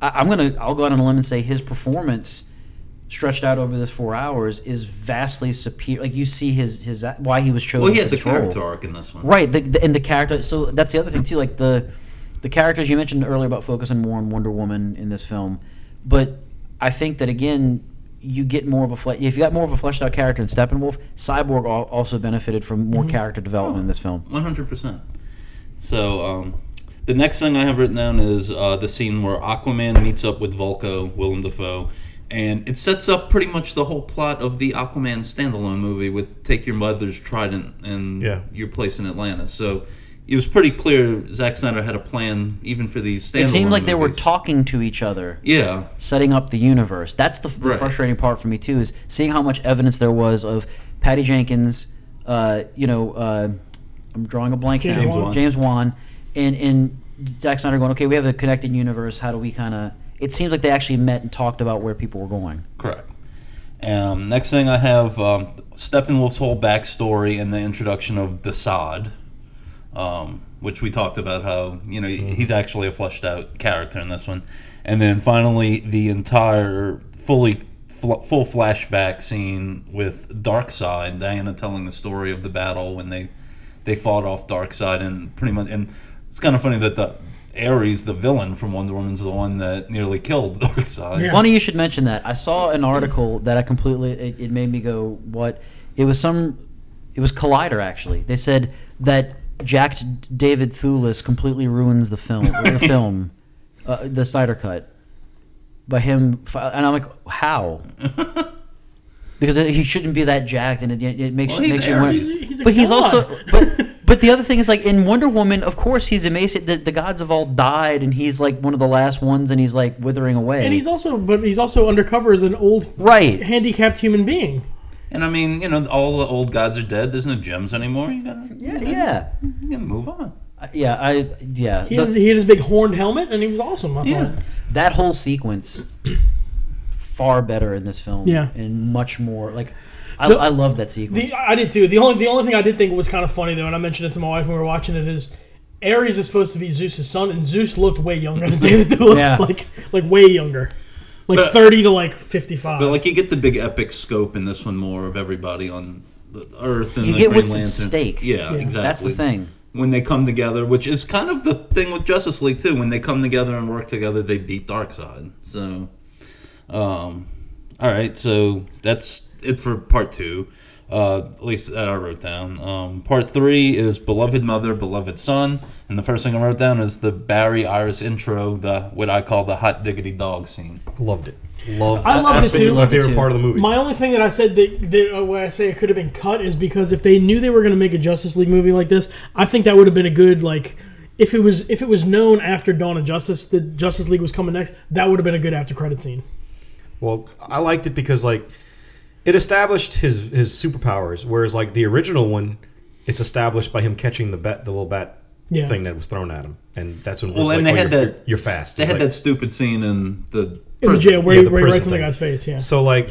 Speaker 1: I, I'm gonna I'll go out on a limb and say his performance. Stretched out over this four hours is vastly superior. Like you see his his why he was chosen.
Speaker 3: Well, he
Speaker 1: for
Speaker 3: has a
Speaker 1: this role.
Speaker 3: character arc in this one.
Speaker 1: Right, the, the, and the character. So that's the other thing too. Like the the characters you mentioned earlier about focusing more on Wonder Woman in this film, but I think that again, you get more of a fle- if you got more of a fleshed out character in Steppenwolf, Cyborg al- also benefited from more character development in this film.
Speaker 3: One hundred percent. So, um, The next thing I have written down is uh, the scene where Aquaman meets up with Volko, Willem Dafoe, and it sets up pretty much the whole plot of the Aquaman standalone movie with Take Your Mother's Trident and
Speaker 4: Yeah.
Speaker 3: Your Place in Atlanta. So it was pretty clear Zack Snyder had a plan even for these standalone
Speaker 1: It seemed like they were
Speaker 3: movies.
Speaker 1: talking to each other,
Speaker 3: Yeah,
Speaker 1: setting up the universe. That's the, the
Speaker 3: Right.
Speaker 1: frustrating part for me too is seeing how much evidence there was of Patty Jenkins. Uh, you know, uh, I'm drawing a blank
Speaker 2: James
Speaker 1: now.
Speaker 2: Wan.
Speaker 1: James Wan, and and Zack Snyder going, okay, we have a connected universe. How do we kind of? It seems like they actually met and talked about where people were going.
Speaker 3: Correct. Um, next thing I have um, Steppenwolf's whole backstory and the introduction of Desaad, um, which we talked about how you know he's actually a fleshed out character in this one, and then finally the entire fully fl- full flashback scene with Darkseid, Diana telling the story of the battle when they they fought off Darkseid and pretty much and it's kind of funny that the Ares, the villain from Wonder Woman's the one that nearly killed Darkseid.
Speaker 2: Yeah.
Speaker 1: Funny you should mention that. I saw an article that I completely it, it made me go what it was some it was Collider actually. They said that jacked David Thewlis completely ruins the film the film uh, the Snyder cut by him fi- and I'm like how because he shouldn't be that jacked and it, it it makes
Speaker 3: Well, he's
Speaker 1: makes you wonder.
Speaker 3: Ares.
Speaker 2: He's a
Speaker 1: but he's
Speaker 2: god.
Speaker 1: also but but the other thing is like in Wonder Woman of course he's emaciated the, the gods have all died and he's like one of the last ones and he's like withering away
Speaker 2: And he's also, but he's also undercover as an old
Speaker 1: right
Speaker 2: handicapped human being.
Speaker 3: And I mean, you know, all the old gods are dead. There's no gems anymore. You gotta,
Speaker 1: Yeah, yeah,
Speaker 3: you gotta move on.
Speaker 1: I- yeah. I yeah.
Speaker 2: He,
Speaker 1: the-
Speaker 2: has, he had his big horned helmet, and he was awesome. I
Speaker 3: Yeah.
Speaker 2: thought.
Speaker 1: that whole sequence far better in this film.
Speaker 2: Yeah.
Speaker 1: and much more like I,
Speaker 2: The-
Speaker 1: I love that sequence.
Speaker 2: The, I did too. The only the only thing I did think was kind of funny though, and I mentioned it to my wife when we were watching it is. Ares is supposed to be Zeus's son, and Zeus looked way younger than David Thewlis,
Speaker 1: Yeah.
Speaker 2: like like way younger, like
Speaker 3: But-
Speaker 2: thirty to like fifty five.
Speaker 3: But like, you get the big epic scope in this one more of everybody on the Earth and
Speaker 1: You
Speaker 3: the
Speaker 1: get
Speaker 3: Green
Speaker 1: what's at
Speaker 3: Lantern.
Speaker 1: stake.
Speaker 3: Yeah,
Speaker 2: Yeah.
Speaker 3: exactly.
Speaker 1: That's the thing.
Speaker 3: When they come together, which is kind of the thing with Justice League too. When they come together and work together, they beat Darkseid. So, um, all right. So that's it for part two. Uh, at least that I wrote down. Um, part three is beloved mother, beloved son, and the first thing I wrote down is the Barry Iris intro, the what I call the hot diggity dog scene.
Speaker 4: Loved it. Loved.
Speaker 2: I loved it,
Speaker 4: think was
Speaker 2: too.
Speaker 4: my
Speaker 1: Loved it,
Speaker 4: favorite
Speaker 1: too.
Speaker 4: part of the movie.
Speaker 2: My only thing that I said that, that uh, where I say it could have been cut is because if they knew they were going to make a Justice League movie like this, I think that would have been a good like if it was if it was known after Dawn of Justice that Justice League was coming next, that would have been a good after credit scene.
Speaker 4: Well, I liked it because like it established his his superpowers, whereas like the original one, it's established by him catching the bat, the little bat
Speaker 2: Yeah.
Speaker 4: thing that was thrown at him, and that's when.
Speaker 3: Well,
Speaker 4: Bruce,
Speaker 3: and
Speaker 4: like,
Speaker 3: they
Speaker 4: oh,
Speaker 3: had
Speaker 4: you're,
Speaker 3: that.
Speaker 4: You're fast.
Speaker 3: They
Speaker 4: It's
Speaker 3: had
Speaker 4: like-
Speaker 3: that stupid scene in the.
Speaker 2: In the
Speaker 3: prison.
Speaker 2: jail, where
Speaker 4: yeah,
Speaker 2: he
Speaker 4: the
Speaker 2: where he
Speaker 4: prison
Speaker 2: writes on the
Speaker 4: thing.
Speaker 2: guy's face, yeah.
Speaker 4: So like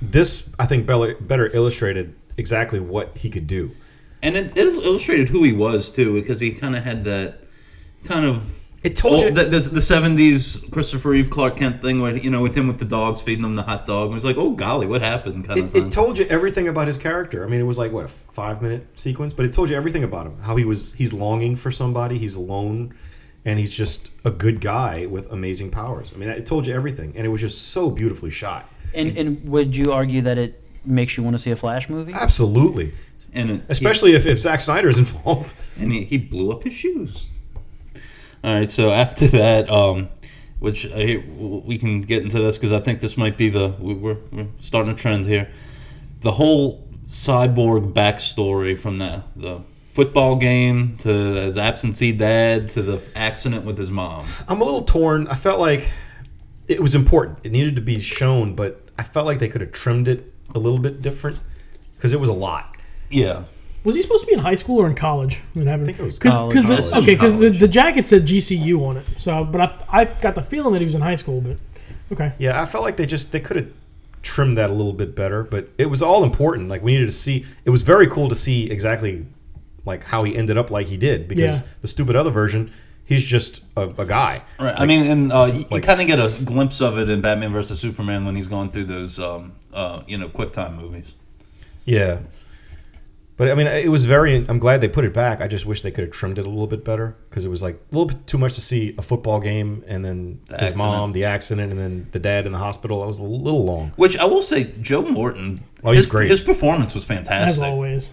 Speaker 4: this, I think better, better illustrated exactly what he could do.
Speaker 3: And it, it illustrated who he was too, because he kind of had that kind of.
Speaker 4: It told
Speaker 3: Oh,
Speaker 4: you
Speaker 3: the, the, the 70s Christopher Reeve Clark Kent thing, where, you know, with him with the dogs feeding him the hot dog. It was like, oh, golly, what happened? Kind of
Speaker 4: It,
Speaker 3: thing.
Speaker 4: it told you everything about his character. I mean, it was like what a five minute sequence, but it told you everything about him. How he was he's longing for somebody, he's alone, and he's just a good guy with amazing powers. I mean, it told you everything, and it was just so beautifully shot.
Speaker 1: and and would you argue that it makes you want to see a Flash movie?
Speaker 4: Absolutely,
Speaker 3: and it,
Speaker 4: especially if if Zack Snyder is involved.
Speaker 3: he, and he, he blew up his shoes. All right, so after that, um, which I, we can get into this because I think this might be the we- we're, we're starting a trend here. The whole cyborg backstory from the the football game to his absentee dad to the accident with his mom.
Speaker 4: I'm a little torn. I felt like it was important. It needed to be shown, but I felt like they could have trimmed it a little bit different because it was a lot.
Speaker 3: Yeah,
Speaker 2: was he supposed to be in high school or in college? When I
Speaker 4: think it was
Speaker 2: because
Speaker 1: college.
Speaker 2: the,
Speaker 3: College.
Speaker 2: okay because the,
Speaker 3: College.
Speaker 2: the jacket said GCU on it. So, but I, I got the feeling that he was in high school, but okay.
Speaker 4: Yeah, I felt like they just they could have trimmed that a little bit better, but it was all important. Like we needed to see. It was very cool to see exactly like how he ended up like he did because
Speaker 2: Yeah.
Speaker 4: the stupid other version, he's just a, a guy.
Speaker 3: Right. I mean, and uh, you,
Speaker 4: like-
Speaker 3: kind of get a glimpse of it in Batman versus Superman when he's going through those, um, uh, you know, quick time movies.
Speaker 4: Yeah. But I mean, it was very. I'm glad they put it back. I just wish they could have trimmed it a little bit better because it was like a little bit too much to see a football game and then his
Speaker 3: accident.
Speaker 4: mom, the accident, and then the dad in the hospital. That was a little long.
Speaker 3: Which I will say, Joe Morton.
Speaker 4: Oh, he's
Speaker 3: his,
Speaker 4: great.
Speaker 3: His performance was
Speaker 2: As
Speaker 3: fantastic.
Speaker 2: always,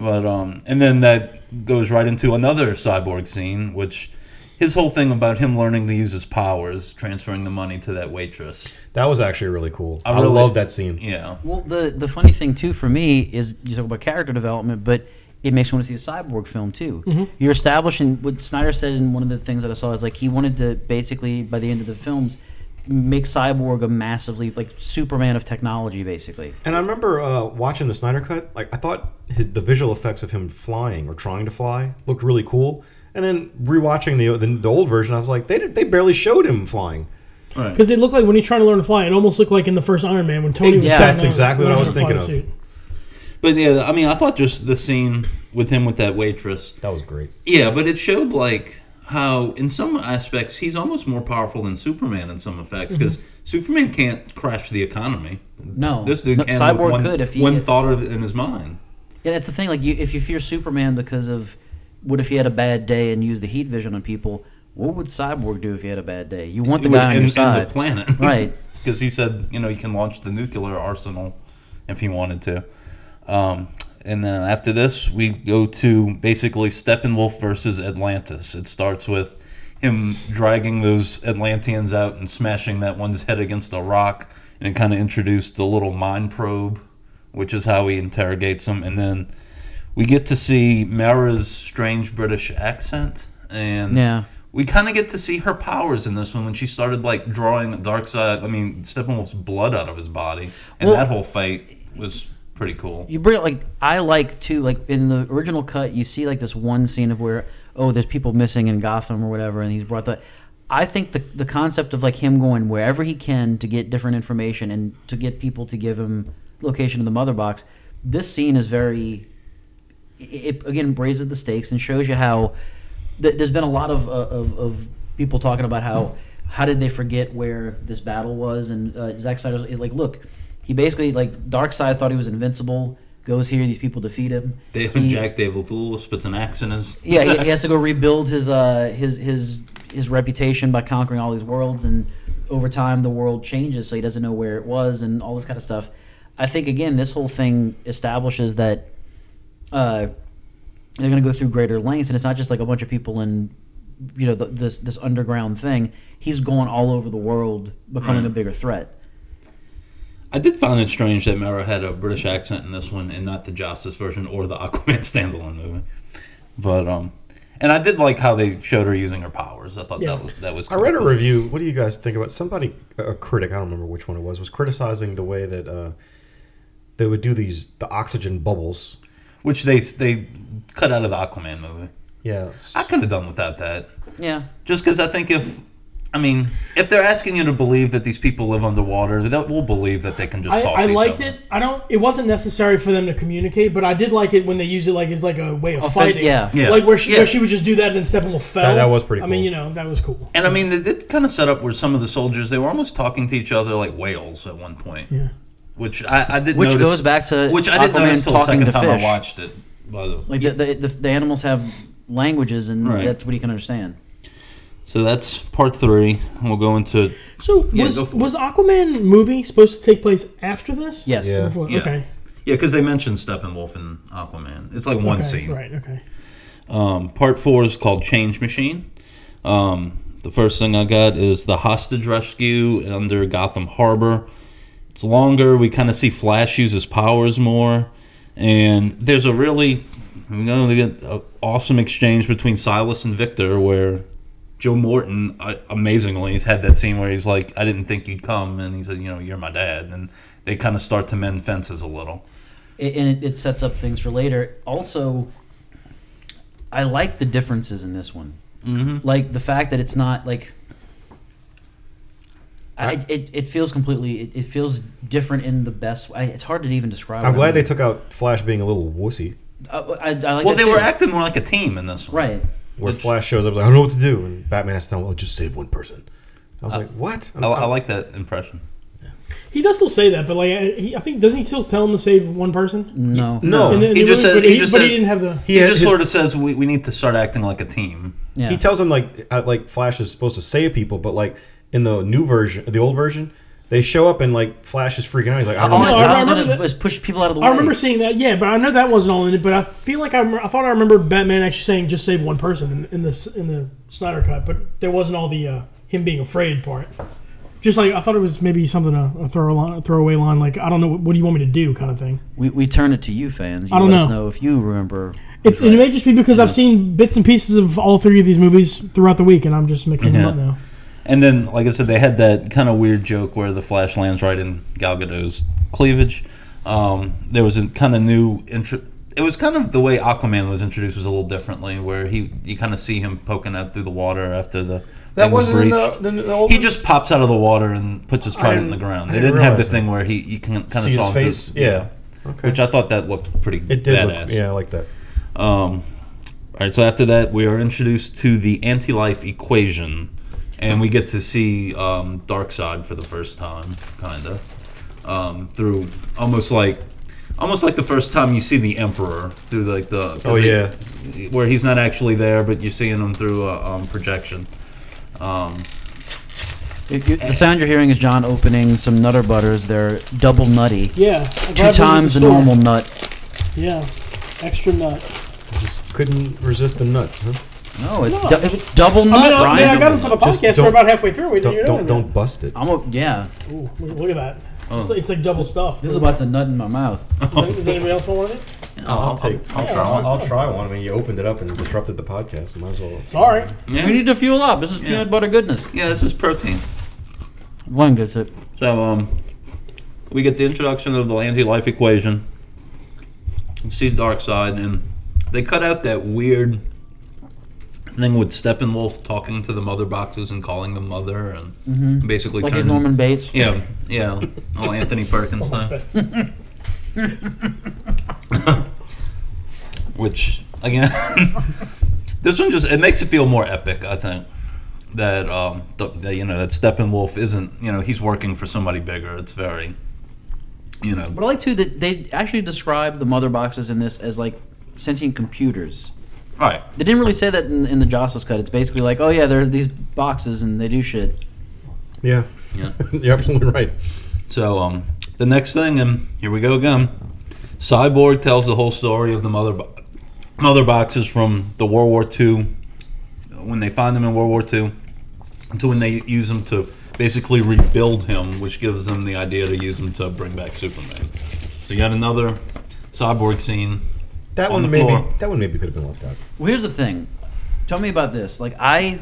Speaker 3: But um, and then that goes right into another cyborg scene, which his whole thing about him learning to use his powers, transferring the money to that waitress.
Speaker 4: That was actually really cool. I,
Speaker 3: really-
Speaker 4: love that scene.
Speaker 3: Yeah.
Speaker 1: Well, the the funny thing too for me is you talk about character development, but it makes me want to see a cyborg film too. You're establishing what Snyder said in one of the things that I saw is like he wanted to basically by the end of the films make cyborg a massively like Superman of technology, basically.
Speaker 4: And I remember uh, watching the Snyder cut. Like I thought his, the visual effects of him flying or trying to fly looked really cool. And then rewatching the the, the old version, I was like, they did, they barely showed him flying.
Speaker 3: Right.
Speaker 2: Because it looked like when he's trying to learn to fly, it almost looked like in the first Iron Man when Tony was
Speaker 4: Yeah,
Speaker 2: trying
Speaker 4: that's
Speaker 2: to
Speaker 4: exactly what
Speaker 2: learn
Speaker 4: I was
Speaker 2: how to fly
Speaker 4: thinking
Speaker 2: the
Speaker 4: of.
Speaker 2: suit.
Speaker 3: But yeah, I mean, I thought just the scene with him with that waitress.
Speaker 4: That was great.
Speaker 3: Yeah, but it showed like how, in some aspects, he's almost more powerful than Superman in some effects
Speaker 1: Mm-hmm.
Speaker 3: because Superman can't crash the economy.
Speaker 1: No,
Speaker 3: This dude
Speaker 1: No,
Speaker 3: can.
Speaker 1: cyborg
Speaker 3: with one,
Speaker 1: could if he
Speaker 3: one
Speaker 1: if-
Speaker 3: thought of in his mind.
Speaker 1: Yeah, that's the thing. Like, you, if you fear Superman because of what if he had a bad day and used the heat vision on people, what would Cyborg do if he had a bad day? You want the
Speaker 3: It would
Speaker 1: guy on
Speaker 3: end-
Speaker 1: your
Speaker 3: end
Speaker 1: side,
Speaker 3: the planet,
Speaker 1: right?
Speaker 3: Because he said, you know, he can launch the nuclear arsenal if he wanted to. Um, and then after this, we go to basically Steppenwolf versus Atlantis. It starts with him dragging those Atlanteans out and smashing that one's head against a rock, and it kind of introduced the little mind probe, which is how he interrogates them. And then we get to see Mara's strange British accent, and
Speaker 1: Yeah.
Speaker 3: we kind of get to see her powers in this one when she started like drawing dark side i mean steppenwolf's blood out of his body and
Speaker 1: Well-
Speaker 3: that whole fight was pretty cool
Speaker 1: You bring it like I like too. Like in the original cut, you see like this one scene of where oh, there's people missing in Gotham or whatever, and he's brought that. I think the the concept of like him going wherever he can to get different information and to get people to give him location of the mother box. This scene is very it again raises the stakes and shows you how th- there's been a lot of, uh, of of people talking about how how did they forget where this battle was and uh, Zack Snyder's he's like look he basically like Darkseid thought he was invincible goes here these people defeat him
Speaker 3: they
Speaker 1: He-
Speaker 3: and jack david lewis puts an axe in his
Speaker 1: yeah he, he has to go rebuild his uh his his his reputation by conquering all these worlds and over time the world changes so he doesn't know where it was and all this kind of stuff I think again this whole thing establishes that uh, they're going to go through greater lengths, and it's not just like a bunch of people in, you know, th this this underground thing. He's going all over the world, becoming
Speaker 3: Right.
Speaker 1: a bigger threat.
Speaker 3: i did find it strange that mara had a british accent in this one and not the justice version or the aquaman standalone movie but um and i did like how they showed her using her powers i thought
Speaker 2: Yeah.
Speaker 3: that was that was
Speaker 4: I read a review. What do you guys think about somebody, a critic? I don't remember which one it was. Was criticizing the way that uh, they would do these the oxygen bubbles.
Speaker 3: which they they cut out of the aquaman movie
Speaker 4: Yeah,
Speaker 3: i could have done without that
Speaker 1: Yeah,
Speaker 3: Just because I think if, I mean, if they're asking you to believe that these people live underwater, that we'll believe that they can just
Speaker 2: I,
Speaker 3: talk.
Speaker 2: I
Speaker 3: to each
Speaker 2: liked
Speaker 3: other.
Speaker 2: it. I don't. It wasn't necessary for them to communicate, but I did like it when they used it like as like a way of
Speaker 1: Offense-
Speaker 2: fighting.
Speaker 1: yeah.
Speaker 3: Yeah.
Speaker 2: Like where she
Speaker 3: Yeah.
Speaker 2: where she would just do that and then Steppenwolf fell.
Speaker 4: That- that was pretty
Speaker 2: I mean,
Speaker 4: cool.
Speaker 2: you know, that was cool.
Speaker 3: And I mean, they did kind of set up where some of the soldiers they were almost talking to each other like whales at one point. Yeah. Which I, I didn't.
Speaker 1: Which
Speaker 3: notice-
Speaker 1: goes back to
Speaker 3: which I didn't
Speaker 1: Aquaman
Speaker 3: notice till the
Speaker 1: talking
Speaker 3: second
Speaker 1: to
Speaker 3: time
Speaker 1: fish.
Speaker 3: I watched it. By the way,
Speaker 1: like the, the, the the animals have languages, and
Speaker 3: Right.
Speaker 1: that's what he can understand.
Speaker 3: so that's part three, and we'll go into.
Speaker 2: So
Speaker 3: Yeah,
Speaker 2: was
Speaker 3: go for it.
Speaker 2: was Aquaman movie supposed to take place after this?
Speaker 1: Yes.
Speaker 4: Yeah.
Speaker 2: Before-
Speaker 3: Yeah.
Speaker 2: Okay.
Speaker 3: Yeah, because they mentioned Steppenwolf and Aquaman. It's like one
Speaker 2: okay.
Speaker 3: scene.
Speaker 2: Right. Okay.
Speaker 3: Um, part four is called Change Machine. Um, the first thing I got is the hostage rescue under Gotham Harbor. It's longer. We kind of see Flash use his powers more, and there's a really, you know, they get an awesome exchange between Silas and Victor where Joe Morton uh, amazingly has had that scene where he's like, "I didn't think you'd come," and he said, "You know, you're my dad," and they kind of start to mend fences a little.
Speaker 1: it, and it, it sets up things for later. Also, I like the differences in this one, mm-hmm. like the fact that it's not like. I, it, it feels completely. It, it feels different in the best. I, it's hard to even describe.
Speaker 4: I'm
Speaker 1: what
Speaker 4: glad
Speaker 1: I
Speaker 4: they took out Flash being a little wussy.
Speaker 1: I, I, I like
Speaker 3: Well,
Speaker 1: that
Speaker 3: they were
Speaker 1: too.
Speaker 3: acting more like a team in this one.
Speaker 1: right.
Speaker 4: Where
Speaker 3: Which-
Speaker 4: Flash shows up, like, I don't know what to do, and Batman has to tell him, "Well, just save one person." I was like, "What?"
Speaker 3: Uh, I, I like that impression.
Speaker 2: He does still say that, but like I- he, I think doesn't he still tell him to save one person?
Speaker 1: No.
Speaker 4: no.
Speaker 2: And then-
Speaker 3: He
Speaker 2: and
Speaker 3: just
Speaker 2: really-
Speaker 3: said-
Speaker 2: but
Speaker 3: he just
Speaker 2: but he
Speaker 3: said-
Speaker 2: didn't have the.
Speaker 4: he,
Speaker 3: He
Speaker 4: had-
Speaker 3: just
Speaker 4: his-
Speaker 3: sort of says we, we need to start acting like a team.
Speaker 1: Yeah.
Speaker 4: he tells him like uh, like Flash is supposed to save people, but like in the new version, the old version, They show up and like Flash is freaking out. He's like,
Speaker 3: Oh,
Speaker 4: I don't
Speaker 1: All
Speaker 4: know.
Speaker 1: his
Speaker 2: I
Speaker 1: job
Speaker 2: remember
Speaker 1: did
Speaker 2: that-
Speaker 1: is, is push people out of the way.
Speaker 2: I remember seeing that, yeah, but I know that wasn't all in it. But I feel like I, remember, I thought I remember Batman actually saying just save one person in, in this in the Snyder cut, but there wasn't all the uh, him being afraid part. Just like I thought it was maybe something a, a throw line, a throwaway line, like I don't know what, what do you want me to do kind of thing.
Speaker 1: we, we turn it to you fans. You
Speaker 2: I don't
Speaker 1: let us
Speaker 2: know.
Speaker 1: know if you remember.
Speaker 2: It, it may just be because I've seen bits and pieces of all three of these movies throughout the week, and I'm just making them
Speaker 3: Yeah.
Speaker 2: up now.
Speaker 3: And then, like I said, they had that kind of weird joke where the Flash lands right in Gal Gadot's cleavage. Um, there was a kind of new intro. It was kind of the way Aquaman was introduced was a little differently, where he you kind of see him poking out through the water after the
Speaker 4: That
Speaker 3: thing was
Speaker 4: wasn't in the-
Speaker 3: breached.
Speaker 4: the- the old
Speaker 3: he
Speaker 4: one?
Speaker 3: just pops out of the water and puts his trident in the
Speaker 4: didn't-
Speaker 3: ground.
Speaker 4: I
Speaker 3: They
Speaker 4: didn't
Speaker 3: didn't have the
Speaker 4: realize
Speaker 3: thing where he you can kind of
Speaker 4: See
Speaker 3: saw
Speaker 4: his
Speaker 3: him through-
Speaker 4: face. Yeah. Okay.
Speaker 3: which I thought that looked pretty
Speaker 4: it did.
Speaker 3: badass.
Speaker 4: Look, yeah, I like that.
Speaker 3: Um, all right, so after that, we are introduced to the anti life equation, and we get to see um, Darkseid for the first time, kind of, um, through almost like. Almost like the first time you see the Emperor through like the 'cause
Speaker 4: Oh,
Speaker 3: they-
Speaker 4: yeah.
Speaker 3: where he's not actually there, but you're seeing him through a um, projection. Um,
Speaker 1: If you, the sound you're hearing is John opening some Nutter Butters. They're double nutty.
Speaker 2: Yeah,
Speaker 1: Two times the normal nut.
Speaker 2: Yeah, extra nut.
Speaker 4: Just couldn't resist the nut. Huh?
Speaker 1: No, it's,
Speaker 2: No.
Speaker 1: du- if it's double nut,
Speaker 2: I mean, I,
Speaker 1: Brian.
Speaker 2: yeah, I got them for the
Speaker 4: Just
Speaker 2: podcast.
Speaker 4: don't-
Speaker 2: We're about halfway through. We
Speaker 4: Don't
Speaker 2: didn't
Speaker 4: don't, don't bust it.
Speaker 1: I'm a, yeah.
Speaker 2: Ooh, look, look at that. It's,
Speaker 3: Oh.
Speaker 2: it's like double stuff.
Speaker 1: This is about to nut in my mouth.
Speaker 2: Does anybody else want one of it?
Speaker 4: I'll take. I'll,
Speaker 2: Yeah,
Speaker 4: try.
Speaker 2: why
Speaker 4: I'll, I'll
Speaker 2: not?
Speaker 4: try one. I mean, you opened it up and disrupted the podcast. Might as well.
Speaker 2: Sorry.
Speaker 3: Yeah,
Speaker 1: We need to fuel up. This is peanut butter goodness.
Speaker 3: yeah, this is protein.
Speaker 1: One gets it.
Speaker 3: So um, we get the introduction of the anti-life equation. It sees dark side, and they cut out that weird thing with Steppenwolf talking to the mother boxes and calling them mother, and basically
Speaker 1: Mm-hmm. Like
Speaker 3: turning
Speaker 1: in Norman Bates.
Speaker 3: Yeah, yeah, oh Anthony Perkins thing.
Speaker 2: That's-
Speaker 3: Which again, this one just it makes it feel more epic. I think that um, th- that you know that Steppenwolf isn't you know he's working for somebody bigger. It's very you know
Speaker 1: But I like too that they actually describe the mother boxes in this as like sentient computers.
Speaker 3: right.
Speaker 1: They didn't really say that in, in the Jocelyn's cut. It's basically like, oh yeah, there are these boxes and they do shit.
Speaker 4: Yeah.
Speaker 3: Yeah.
Speaker 4: You're absolutely right.
Speaker 3: So, um, the next thing, and here we go again. Cyborg tells the whole story of the mother bo- mother boxes from the World War II, when they find them in World War II, to when they use them to basically rebuild him, which gives them the idea to use them to bring back Superman. So, you got another cyborg scene.
Speaker 4: That
Speaker 3: On
Speaker 4: one
Speaker 3: the
Speaker 4: maybe.
Speaker 3: floor.
Speaker 4: That one maybe could have been left out.
Speaker 1: Well, here's the thing. Tell me about this. Like, I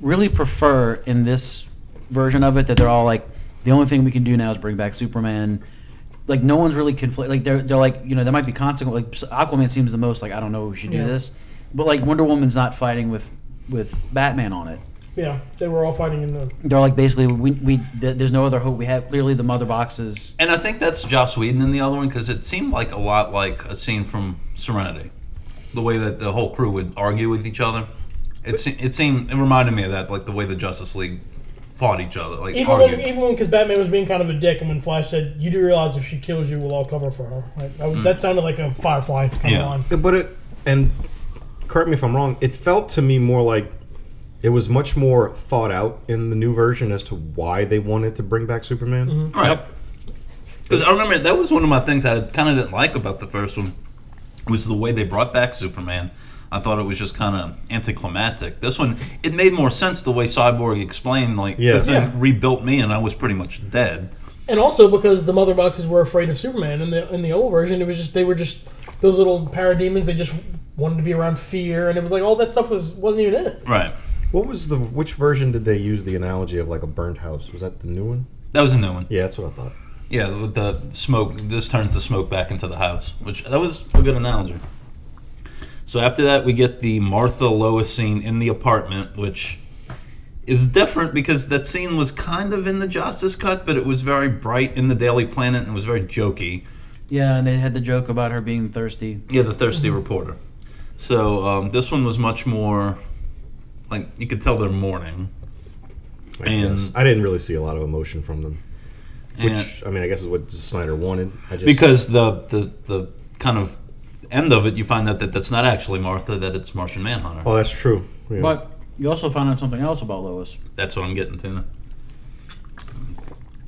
Speaker 1: really prefer in this version of it that they're all like, the only thing we can do now is bring back Superman. Like, no one's really conflict. Like, they're, they're like, you know, there might be consequences. Like, Aquaman seems the most like, I don't know, we should
Speaker 2: Yeah.
Speaker 1: do this. But like, Wonder Woman's not fighting with with Batman on it.
Speaker 2: yeah, they were all fighting in the.
Speaker 1: They're like, basically, we, we th- there's no other hope we have. Clearly, the mother boxes.
Speaker 3: And I think that's Joss Whedon in the other one because it seemed like a lot like a scene from Serenity, the way that the whole crew would argue with each other. It se- it seemed it reminded me of that, like the way the Justice League fought each other, like
Speaker 2: Even when,
Speaker 3: argued.
Speaker 2: even when, because Batman was being kind of a dick, and when Flash said, "You do realize if she kills you, we'll all cover for her." Like, that, was- that sounded like a Firefly kind
Speaker 3: Yeah.
Speaker 2: of line.
Speaker 4: Yeah, But it, and correct me if I'm wrong, it felt to me more like it was much more thought out in the new version as to why they wanted to bring back Superman.
Speaker 3: Right. Because I remember that was one of my things I kind of didn't like about the first one was the way they brought back Superman. I thought it was just kind of anticlimactic. This one, it made more sense the way Cyborg explained, like
Speaker 4: Yeah.
Speaker 3: this thing
Speaker 2: Yeah.
Speaker 3: rebuilt me and I was pretty much dead.
Speaker 2: And also because the mother boxes were afraid of Superman in the in the old version, it was just they were just those little parademons. They just wanted to be around fear, and it was like all that stuff was wasn't even in it.
Speaker 3: Right.
Speaker 4: What was the which version did they use the analogy of like a burnt house? Was that the new one?
Speaker 3: That was a new one.
Speaker 4: Yeah, that's what I thought.
Speaker 3: Yeah, with the smoke. This turns the smoke back into the house, which that was a good analogy. So after that, we get the Martha Lois scene in the apartment, which is different because that scene was kind of in the Justice Cut, but it was very bright in the Daily Planet and it was very jokey.
Speaker 1: Yeah, and they had the joke about her being thirsty.
Speaker 3: Yeah, the thirsty
Speaker 4: Mm-hmm.
Speaker 3: reporter. So um, this one was much more like you could tell they're mourning.
Speaker 4: I,
Speaker 3: And-
Speaker 4: guess. I didn't really see a lot of emotion from them,
Speaker 3: And-
Speaker 4: which I mean, I guess is what Snyder wanted. I just
Speaker 3: because the, the the kind of end of it, you find out that that's not actually Martha, that it's Martian Manhunter.
Speaker 4: oh, that's true. Yeah.
Speaker 1: But you also found out something else about Lois.
Speaker 3: That's what I'm getting to.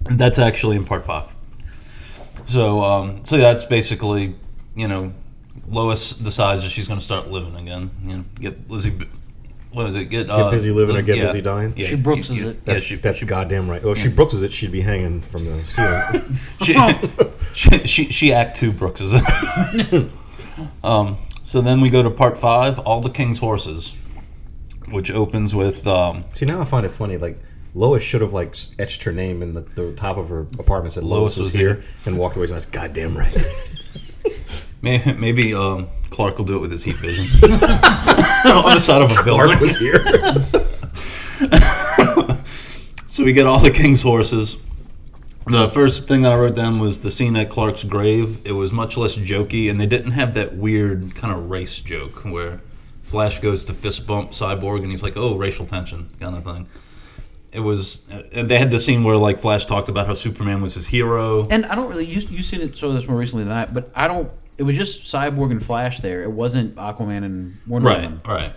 Speaker 3: That's actually in part five. So, um, so that's basically, you know, Lois decides that she's going to start living again. You know, get Lizzie. b- What is it? Get, uh,
Speaker 4: busy living or
Speaker 3: li-
Speaker 4: get busy dying?
Speaker 1: She Brookses it.
Speaker 3: yeah,
Speaker 4: That's,
Speaker 3: she-
Speaker 4: that's goddamn right. Oh, if she Brookses it, she'd be hanging from the ceiling.
Speaker 3: she, she, she, she act two Brooks is um, so then we go to part five, all the king's horses, which opens with um,
Speaker 4: See, now I find it funny. Like Lois should have like etched her name in the, the top of her apartment said Lois, was, here, and walked away. So that's goddamn right.
Speaker 3: may, maybe um, Clark will do it with his heat vision on the side of a building.
Speaker 4: Clark was here.
Speaker 3: So we get all the king's horses. The first thing that I wrote down was the scene at Clark's grave. It was much less jokey, and they didn't have that weird kind of race joke where Flash goes to fist bump Cyborg and he's like, "Oh, racial tension," kind of thing. It was. And they had the scene where like Flash talked about how Superman was his hero.
Speaker 1: And I don't really you you seen it so this more recently than I, but I don't. It was just Cyborg and Flash there. It wasn't Aquaman and Wonder
Speaker 3: Right.
Speaker 1: Woman.
Speaker 3: Right.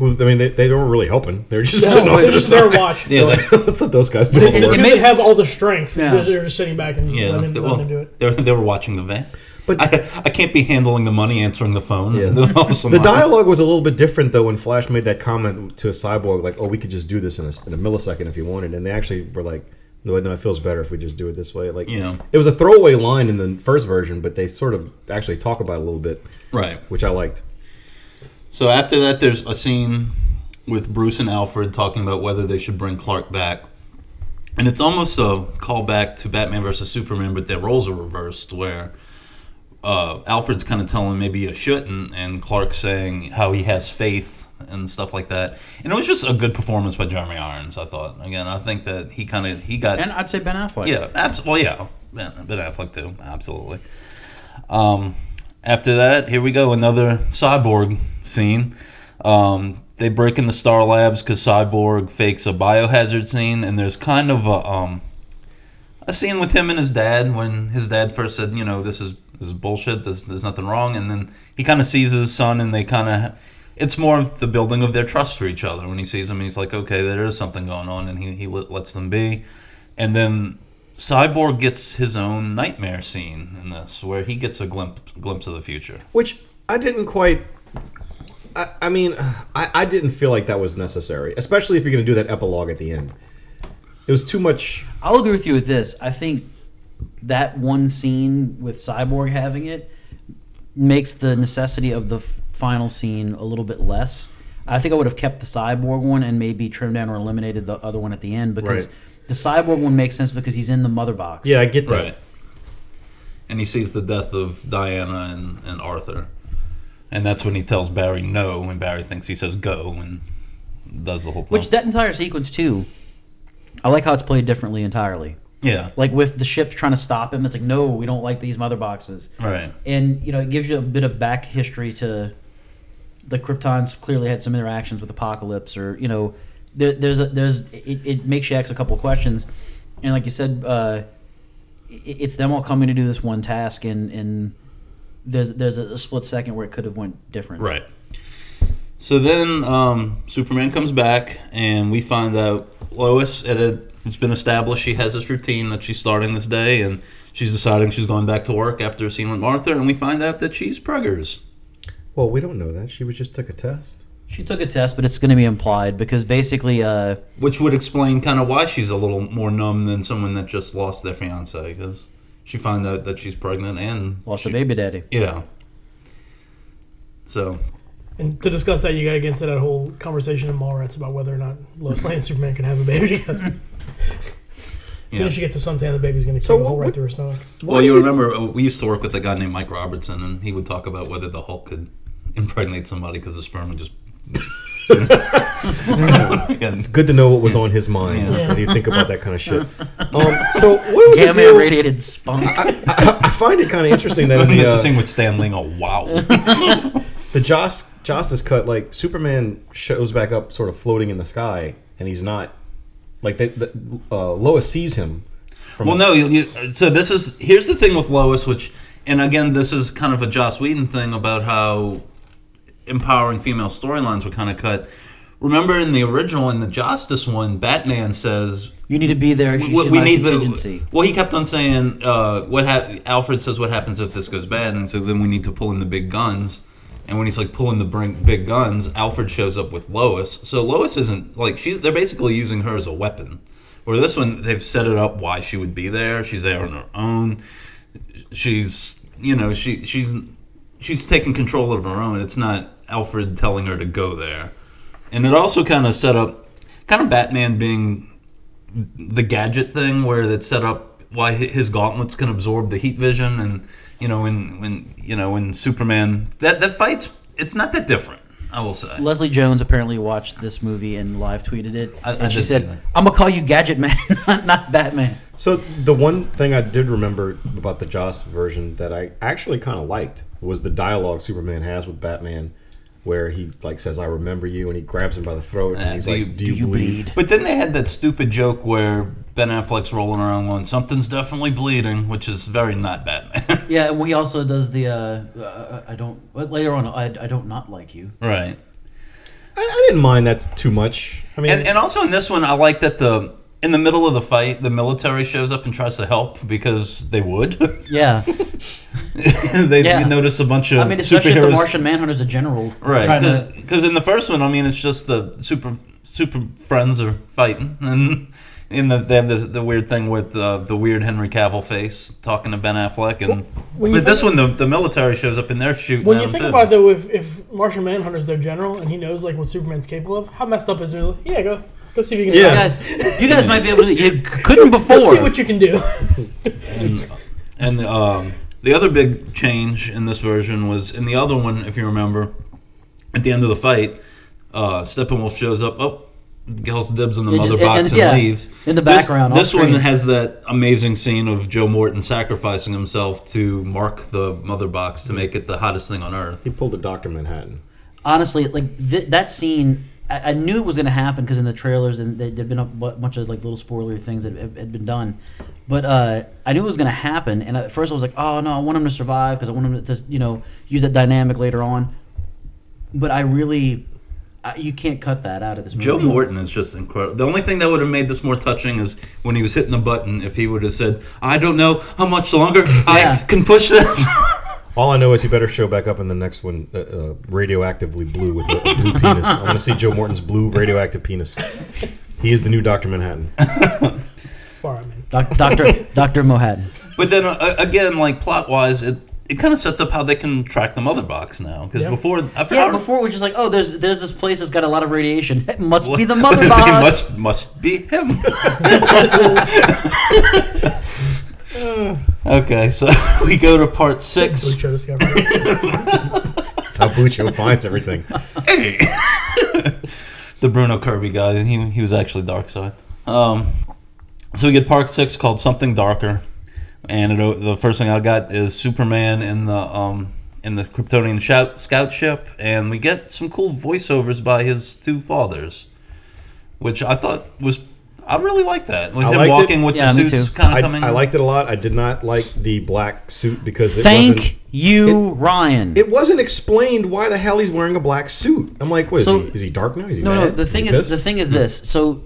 Speaker 4: well, I mean, they, they weren't really helping. They're just
Speaker 2: No,
Speaker 4: sitting off
Speaker 2: they're
Speaker 4: to the
Speaker 2: just there
Speaker 4: side.
Speaker 2: watching.
Speaker 3: Yeah. They,
Speaker 4: Let's let those guys do all the
Speaker 2: If
Speaker 4: work.
Speaker 2: you
Speaker 1: made
Speaker 2: could have all the strength,
Speaker 1: Yeah.
Speaker 2: they're just- they're just sitting back and
Speaker 3: yeah.
Speaker 2: letting,
Speaker 3: They,
Speaker 2: them,
Speaker 3: well,
Speaker 2: letting them do it.
Speaker 3: they were, they were watching the van.
Speaker 4: But-
Speaker 3: I, I can't be handling the money, answering the phone.
Speaker 4: Yeah.
Speaker 3: the
Speaker 4: The dialogue was a little bit different though when Flash made that comment to a cyborg, like, "Oh, we could just do this in a, in a millisecond if you wanted," and they actually were like, "No, no, it feels better if we just do it this way." Like,
Speaker 3: Yeah.
Speaker 4: it was a throwaway line in the first version, but they sort of actually talk about it a little bit,
Speaker 3: Right.
Speaker 4: which I liked.
Speaker 3: So after that, there's a scene with Bruce and Alfred talking about whether they should bring Clark back, and it's almost a callback to Batman versus Superman, but their roles are reversed, where uh, Alfred's kind of telling maybe you shouldn't, and Clark's saying how he has faith and stuff like that. And it was just a good performance by Jeremy Irons, I thought. Again, I think that he kind of he got
Speaker 1: And I'd say Ben Affleck.
Speaker 3: yeah, abs- well, yeah, Ben, ben Affleck too, absolutely. Um, after that, here we go, another cyborg scene. Um, they break into Star Labs because Cyborg fakes a biohazard scene, and there's kind of a um, a scene with him and his dad when his dad first said, you know, this is this is bullshit. This, there's nothing wrong, and then he kind of sees his son, and they kind of. It's more of the building of their trust for each other. When he sees them, he's like, okay, there is something going on, and he, he let- lets them be. And then Cyborg gets his own nightmare scene in this, where he gets a glimpse glimpse of the future.
Speaker 4: Which I didn't quite. I, I mean, I, I didn't feel like that was necessary, especially if you're going to do that epilogue at the end. It was too much.
Speaker 1: I'll agree with you with this. I think that one scene with Cyborg having it makes the necessity of the f- final scene a little bit less. I think I would have kept the Cyborg one and maybe trimmed down or eliminated the other one at the end because
Speaker 4: Right.
Speaker 1: the Cyborg one makes sense because he's in the mother box.
Speaker 4: Yeah, I get that.
Speaker 3: And he sees the death of Diana and, and Arthur. And that's when he tells Barry no, and Barry thinks he says go and does the whole
Speaker 1: Which that entire sequence too, I like how it's played differently entirely.
Speaker 3: Yeah.
Speaker 1: Like with the ships trying to stop him, it's like no, we don't like these mother boxes.
Speaker 3: Right.
Speaker 1: and you know it gives you a bit of back history to the Kryptons clearly had some interactions with Apocalypse, or you know, there, there's a, there's it, it makes you ask a couple of questions, and like you said, uh, i it's them all coming to do this one task, and and there's there's a, split second where it could have went different,
Speaker 3: Right. So then um, Superman comes back, and we find out Lois, it had, it's been established she has this routine that she's starting this day, and she's deciding she's going back to work after a scene with Martha, and we find out that she's preggers.
Speaker 4: Well, we don't know that. She was just took a test.
Speaker 1: She took a test, but it's going to be implied because basically, uh,
Speaker 3: Which would explain kind of why she's a little more numb than someone that just lost their fiance, because she finds out that she's pregnant and
Speaker 1: lost
Speaker 3: she,
Speaker 1: a baby daddy.
Speaker 3: Yeah. So
Speaker 2: And to discuss that, you got to get into that whole conversation in Mallrats about whether or not Lois Lane and Superman can have a baby together. As soon
Speaker 3: Yeah.
Speaker 2: as she gets to suntan, the baby's going to
Speaker 4: So
Speaker 2: kill a hole
Speaker 4: what-
Speaker 2: right through her stomach.
Speaker 3: Well, you remember uh, we used to work with a guy named Mike Robertson, and he would talk about whether the Hulk could impregnate somebody because the sperm would just.
Speaker 4: It's good to know what was on his mind
Speaker 3: Yeah.
Speaker 4: when you think about that kind of shit. Um, so what was the
Speaker 1: Gamma
Speaker 4: deal?
Speaker 1: irradiated spunk.
Speaker 4: I, I find it kind of interesting that
Speaker 3: I
Speaker 4: in
Speaker 3: think
Speaker 4: the,
Speaker 3: that's the
Speaker 4: uh,
Speaker 3: thing with Stan Lee. Oh wow!
Speaker 4: the Joss Justice cut, like Superman shows back up, sort of floating in the sky, and he's not like they, the, uh, Lois sees him. From
Speaker 3: well, no. You, you, so this is here's the thing with Lois, which, and again, this is kind of a Joss Whedon thing about how empowering female storylines were kind of cut. Remember in the original, in the Justice one, Batman says,
Speaker 1: You need to be there. You
Speaker 3: we,
Speaker 1: should
Speaker 3: we
Speaker 1: not
Speaker 3: need
Speaker 1: contingency.
Speaker 3: the. Well, he kept on saying, uh, "What hap- Alfred says, what happens if this goes bad?" And so then we need to pull in the big guns. And when he's like pulling the bring- big guns, Alfred shows up with Lois. So Lois isn't like she's. They're basically using her as a weapon. Where this one, they've set it up why she would be there. She's there on her own. She's you know she she's she's taking control of her own. It's not Alfred telling her to go there. And it also kind of set up kind of Batman being the gadget thing where that's set up why hi- his gauntlets can absorb the heat vision and you know when when you know when Superman that that fights it's not that different I will say
Speaker 1: Leslie Jones apparently watched this movie and live tweeted it,
Speaker 3: I- I
Speaker 1: and she
Speaker 3: did see
Speaker 1: said,
Speaker 3: that.
Speaker 1: "I'm gonna call you Gadget Man, not, not Batman."
Speaker 4: So the one thing I did remember about the Joss version that I actually kind of liked was the dialogue Superman has with Batman, where he like says, "I remember you," and he grabs him by the throat and
Speaker 3: Uh,
Speaker 4: he's
Speaker 3: do
Speaker 4: like,
Speaker 3: you-
Speaker 4: "Do you, bleed?"
Speaker 3: but then they had that stupid joke where Ben Affleck's rolling around going something's definitely bleeding which is very not Batman
Speaker 1: Yeah, and he also does the uh, uh, "I don't." well, Later on, I, "I don't not like you."
Speaker 3: right
Speaker 4: I, I didn't mind that too much. I mean,
Speaker 3: And, and also in this one, I like that the in the middle of the fight, the military shows up and tries to help because they would.
Speaker 1: Yeah,
Speaker 3: they
Speaker 1: Yeah.
Speaker 3: notice a bunch of
Speaker 1: I mean, especially if
Speaker 3: superheroes,
Speaker 1: the Martian Manhunter's a general, trying
Speaker 3: right?
Speaker 1: to-
Speaker 3: Because in the first one, I mean, it's just the super super friends are fighting, and in the they have the, the weird thing with uh, the weird Henry Cavill face talking to Ben Affleck, and
Speaker 2: when you
Speaker 3: but this
Speaker 2: think-
Speaker 3: one, the, the military shows up and they're shooting.
Speaker 2: When
Speaker 3: at
Speaker 2: you
Speaker 3: him,
Speaker 2: think
Speaker 3: too.
Speaker 2: about it, though, if, if Martian Manhunter's their general and he knows like what Superman's capable of, how messed up is it? Yeah, go go see if you can.
Speaker 1: You
Speaker 4: Yeah.
Speaker 1: guys, you guys might be able to. You couldn't before.
Speaker 2: go see what you can do.
Speaker 3: And um, the other big change in this version was in the other one, if you remember, at the end of the fight, uh, Steppenwolf shows up. Oh, Gels dibs on the
Speaker 1: Yeah,
Speaker 3: mother
Speaker 1: just-
Speaker 3: box
Speaker 1: and-
Speaker 3: and,
Speaker 1: yeah,
Speaker 3: leaves.
Speaker 1: in the
Speaker 3: This-
Speaker 1: background, off
Speaker 3: This, one
Speaker 1: screen.
Speaker 3: has that amazing scene of Joe Morton sacrificing himself to mark the mother box to make it the hottest thing on earth.
Speaker 4: he pulled the Doctor Manhattan.
Speaker 1: honestly, like th- that scene, I, I knew it was going to happen because in the trailers and there had been a bu- bunch of like little spoilery things that had, had been done, but uh, I knew it was going to happen. And at first, I was like, "Oh no, I want him to survive because I want him to just you know use that dynamic later on." But I really, I, you can't cut that out of this movie.
Speaker 3: Joe Morton is just incredible. The only thing that would have made this more touching is when he was hitting the button. If he would have said, "I don't know how much longer
Speaker 1: Yeah.
Speaker 3: I can push this."
Speaker 4: All I know is he better show back up in the next one, uh, uh, radioactively blue with a, a blue penis. I want to see Joe Morton's blue radioactive penis. He is the new Doctor Manhattan.
Speaker 2: Far out, man.
Speaker 1: Doc, Doctor Doctor Mohattan.
Speaker 3: But then uh, again, like plot wise, it it kind of sets up how they can track the mother box now. Because
Speaker 2: Yeah.
Speaker 3: before, I forgot,
Speaker 1: Yeah, before we are just like, "Oh, there's there's this place that's got a lot of radiation. It must be the
Speaker 3: It
Speaker 1: mother box."
Speaker 3: must must be him. okay, so we go to part six.
Speaker 2: Lucho discovered.
Speaker 4: That's how Buccio finds everything.
Speaker 3: the Bruno Kirby guy. He, he was actually Dark Side. Um, so we get Park Six called Something Darker, and it, o- the first thing I got is Superman in the um, in the Kryptonian shout, scout ship, and we get some cool voiceovers by his two fathers, which I thought was I really like that. With
Speaker 4: I
Speaker 3: him
Speaker 4: liked it.
Speaker 3: walking with
Speaker 1: Yeah, me
Speaker 3: the suits,
Speaker 1: too.
Speaker 3: kind
Speaker 4: I,
Speaker 3: of coming.
Speaker 4: I liked it a lot. I did not like the black suit because it wasn't.
Speaker 1: Thank you, Ryan.
Speaker 4: It wasn't explained why the hell he's wearing a black suit. I'm like, what is
Speaker 1: So-
Speaker 4: he? Is he dark now? Is he
Speaker 1: No, no.
Speaker 4: mad?
Speaker 1: The thing
Speaker 4: he
Speaker 1: is,
Speaker 4: pissed?
Speaker 1: the thing
Speaker 3: Hmm.
Speaker 1: is this. So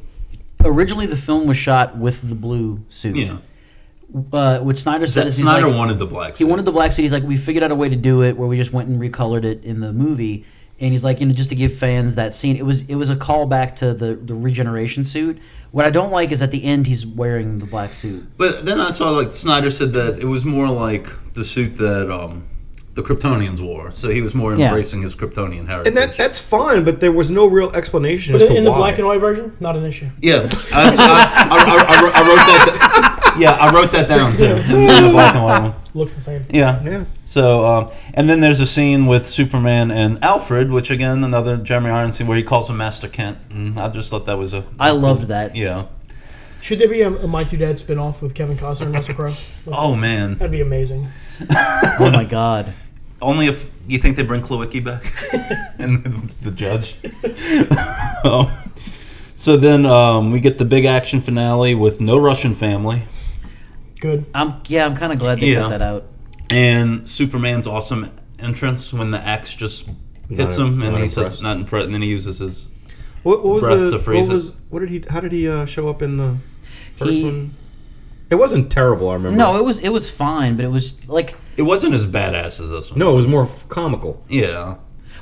Speaker 1: originally, the film was shot with the blue suit.
Speaker 3: Yeah.
Speaker 1: Uh, what Snyder said
Speaker 3: that
Speaker 1: is
Speaker 3: Snyder
Speaker 1: he's like,
Speaker 3: wanted the black.
Speaker 1: he wanted the black suit. He's like, we figured out a way to do it where we just went and recolored it in the movie. And he's like, you know, just to give fans that scene. It was it was a callback to the the regeneration suit. What I don't like is at the end he's wearing the black suit.
Speaker 3: But then I saw like Snyder said that it was more like the suit that um, the Kryptonians wore, so he was more
Speaker 1: Yeah.
Speaker 3: embracing his Kryptonian heritage.
Speaker 4: and that that's fine, but there was no real explanation
Speaker 2: But
Speaker 4: as to
Speaker 2: in the
Speaker 4: why.
Speaker 2: black and white version, not an issue.
Speaker 3: Yes, I, I, I, I, wrote- I wrote that. Yeah, I wrote that down too. In the black and white one.
Speaker 2: Looks the same.
Speaker 3: Yeah.
Speaker 4: Yeah.
Speaker 3: So, um, and then there's a scene with Superman and Alfred, which again another Jeremy Irons scene where he calls him Master Kent. And I just thought that was a
Speaker 1: I loved that.
Speaker 3: yeah.
Speaker 2: Should there be a, a My Two Dads spinoff with Kevin Costner and Russell Crowe?
Speaker 3: Oh man,
Speaker 2: That'd be amazing.
Speaker 1: Oh my god.
Speaker 3: only if you think they bring Klowicki back and the, the judge. Um, so then um, we get the big action finale with no Russian family
Speaker 2: Good.
Speaker 1: I'm yeah. I'm kind of glad they
Speaker 3: Yeah.
Speaker 1: cut that out.
Speaker 3: and Superman's awesome entrance when the axe just hits
Speaker 4: Not-
Speaker 3: him and
Speaker 4: not
Speaker 3: he says
Speaker 4: impressed.
Speaker 3: not impressed and then he uses his
Speaker 4: What, what was
Speaker 3: Breath
Speaker 4: the?
Speaker 3: to
Speaker 4: What
Speaker 3: freeze it.
Speaker 4: was? What did he? How did he uh, show up in the? first
Speaker 1: He-
Speaker 4: one? It wasn't terrible. I remember.
Speaker 1: No, it was it was fine, but it was like
Speaker 3: It wasn't as badass as this one.
Speaker 4: no, it was more f- comical.
Speaker 3: Yeah.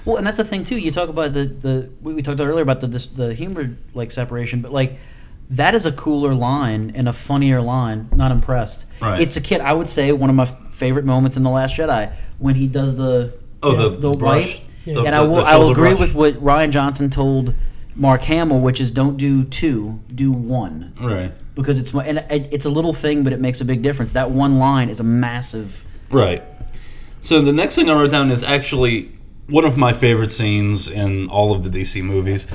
Speaker 1: Well, and that's the thing too. You talk about the the we, we talked earlier about the this, the humor like separation, but like that is a cooler line and a funnier line. Not impressed.
Speaker 3: Right.
Speaker 1: It's a kid. I would say one of my f- favorite moments in the Last Jedi when he does the
Speaker 3: Oh, the
Speaker 1: the
Speaker 3: brush.
Speaker 1: wipe.
Speaker 3: The-
Speaker 1: and
Speaker 3: the-
Speaker 1: I will
Speaker 3: the
Speaker 1: I will
Speaker 3: shoulder
Speaker 1: agree
Speaker 3: brush.
Speaker 1: with what Ryan Johnson told Mark Hamill, which is don't do two, do one
Speaker 3: Right.
Speaker 1: because it's mo- and it- it's a little thing, but it makes a big difference. That one line is a massive.
Speaker 3: Right. So the next thing I wrote down is actually one of my favorite scenes in all of the DC movies.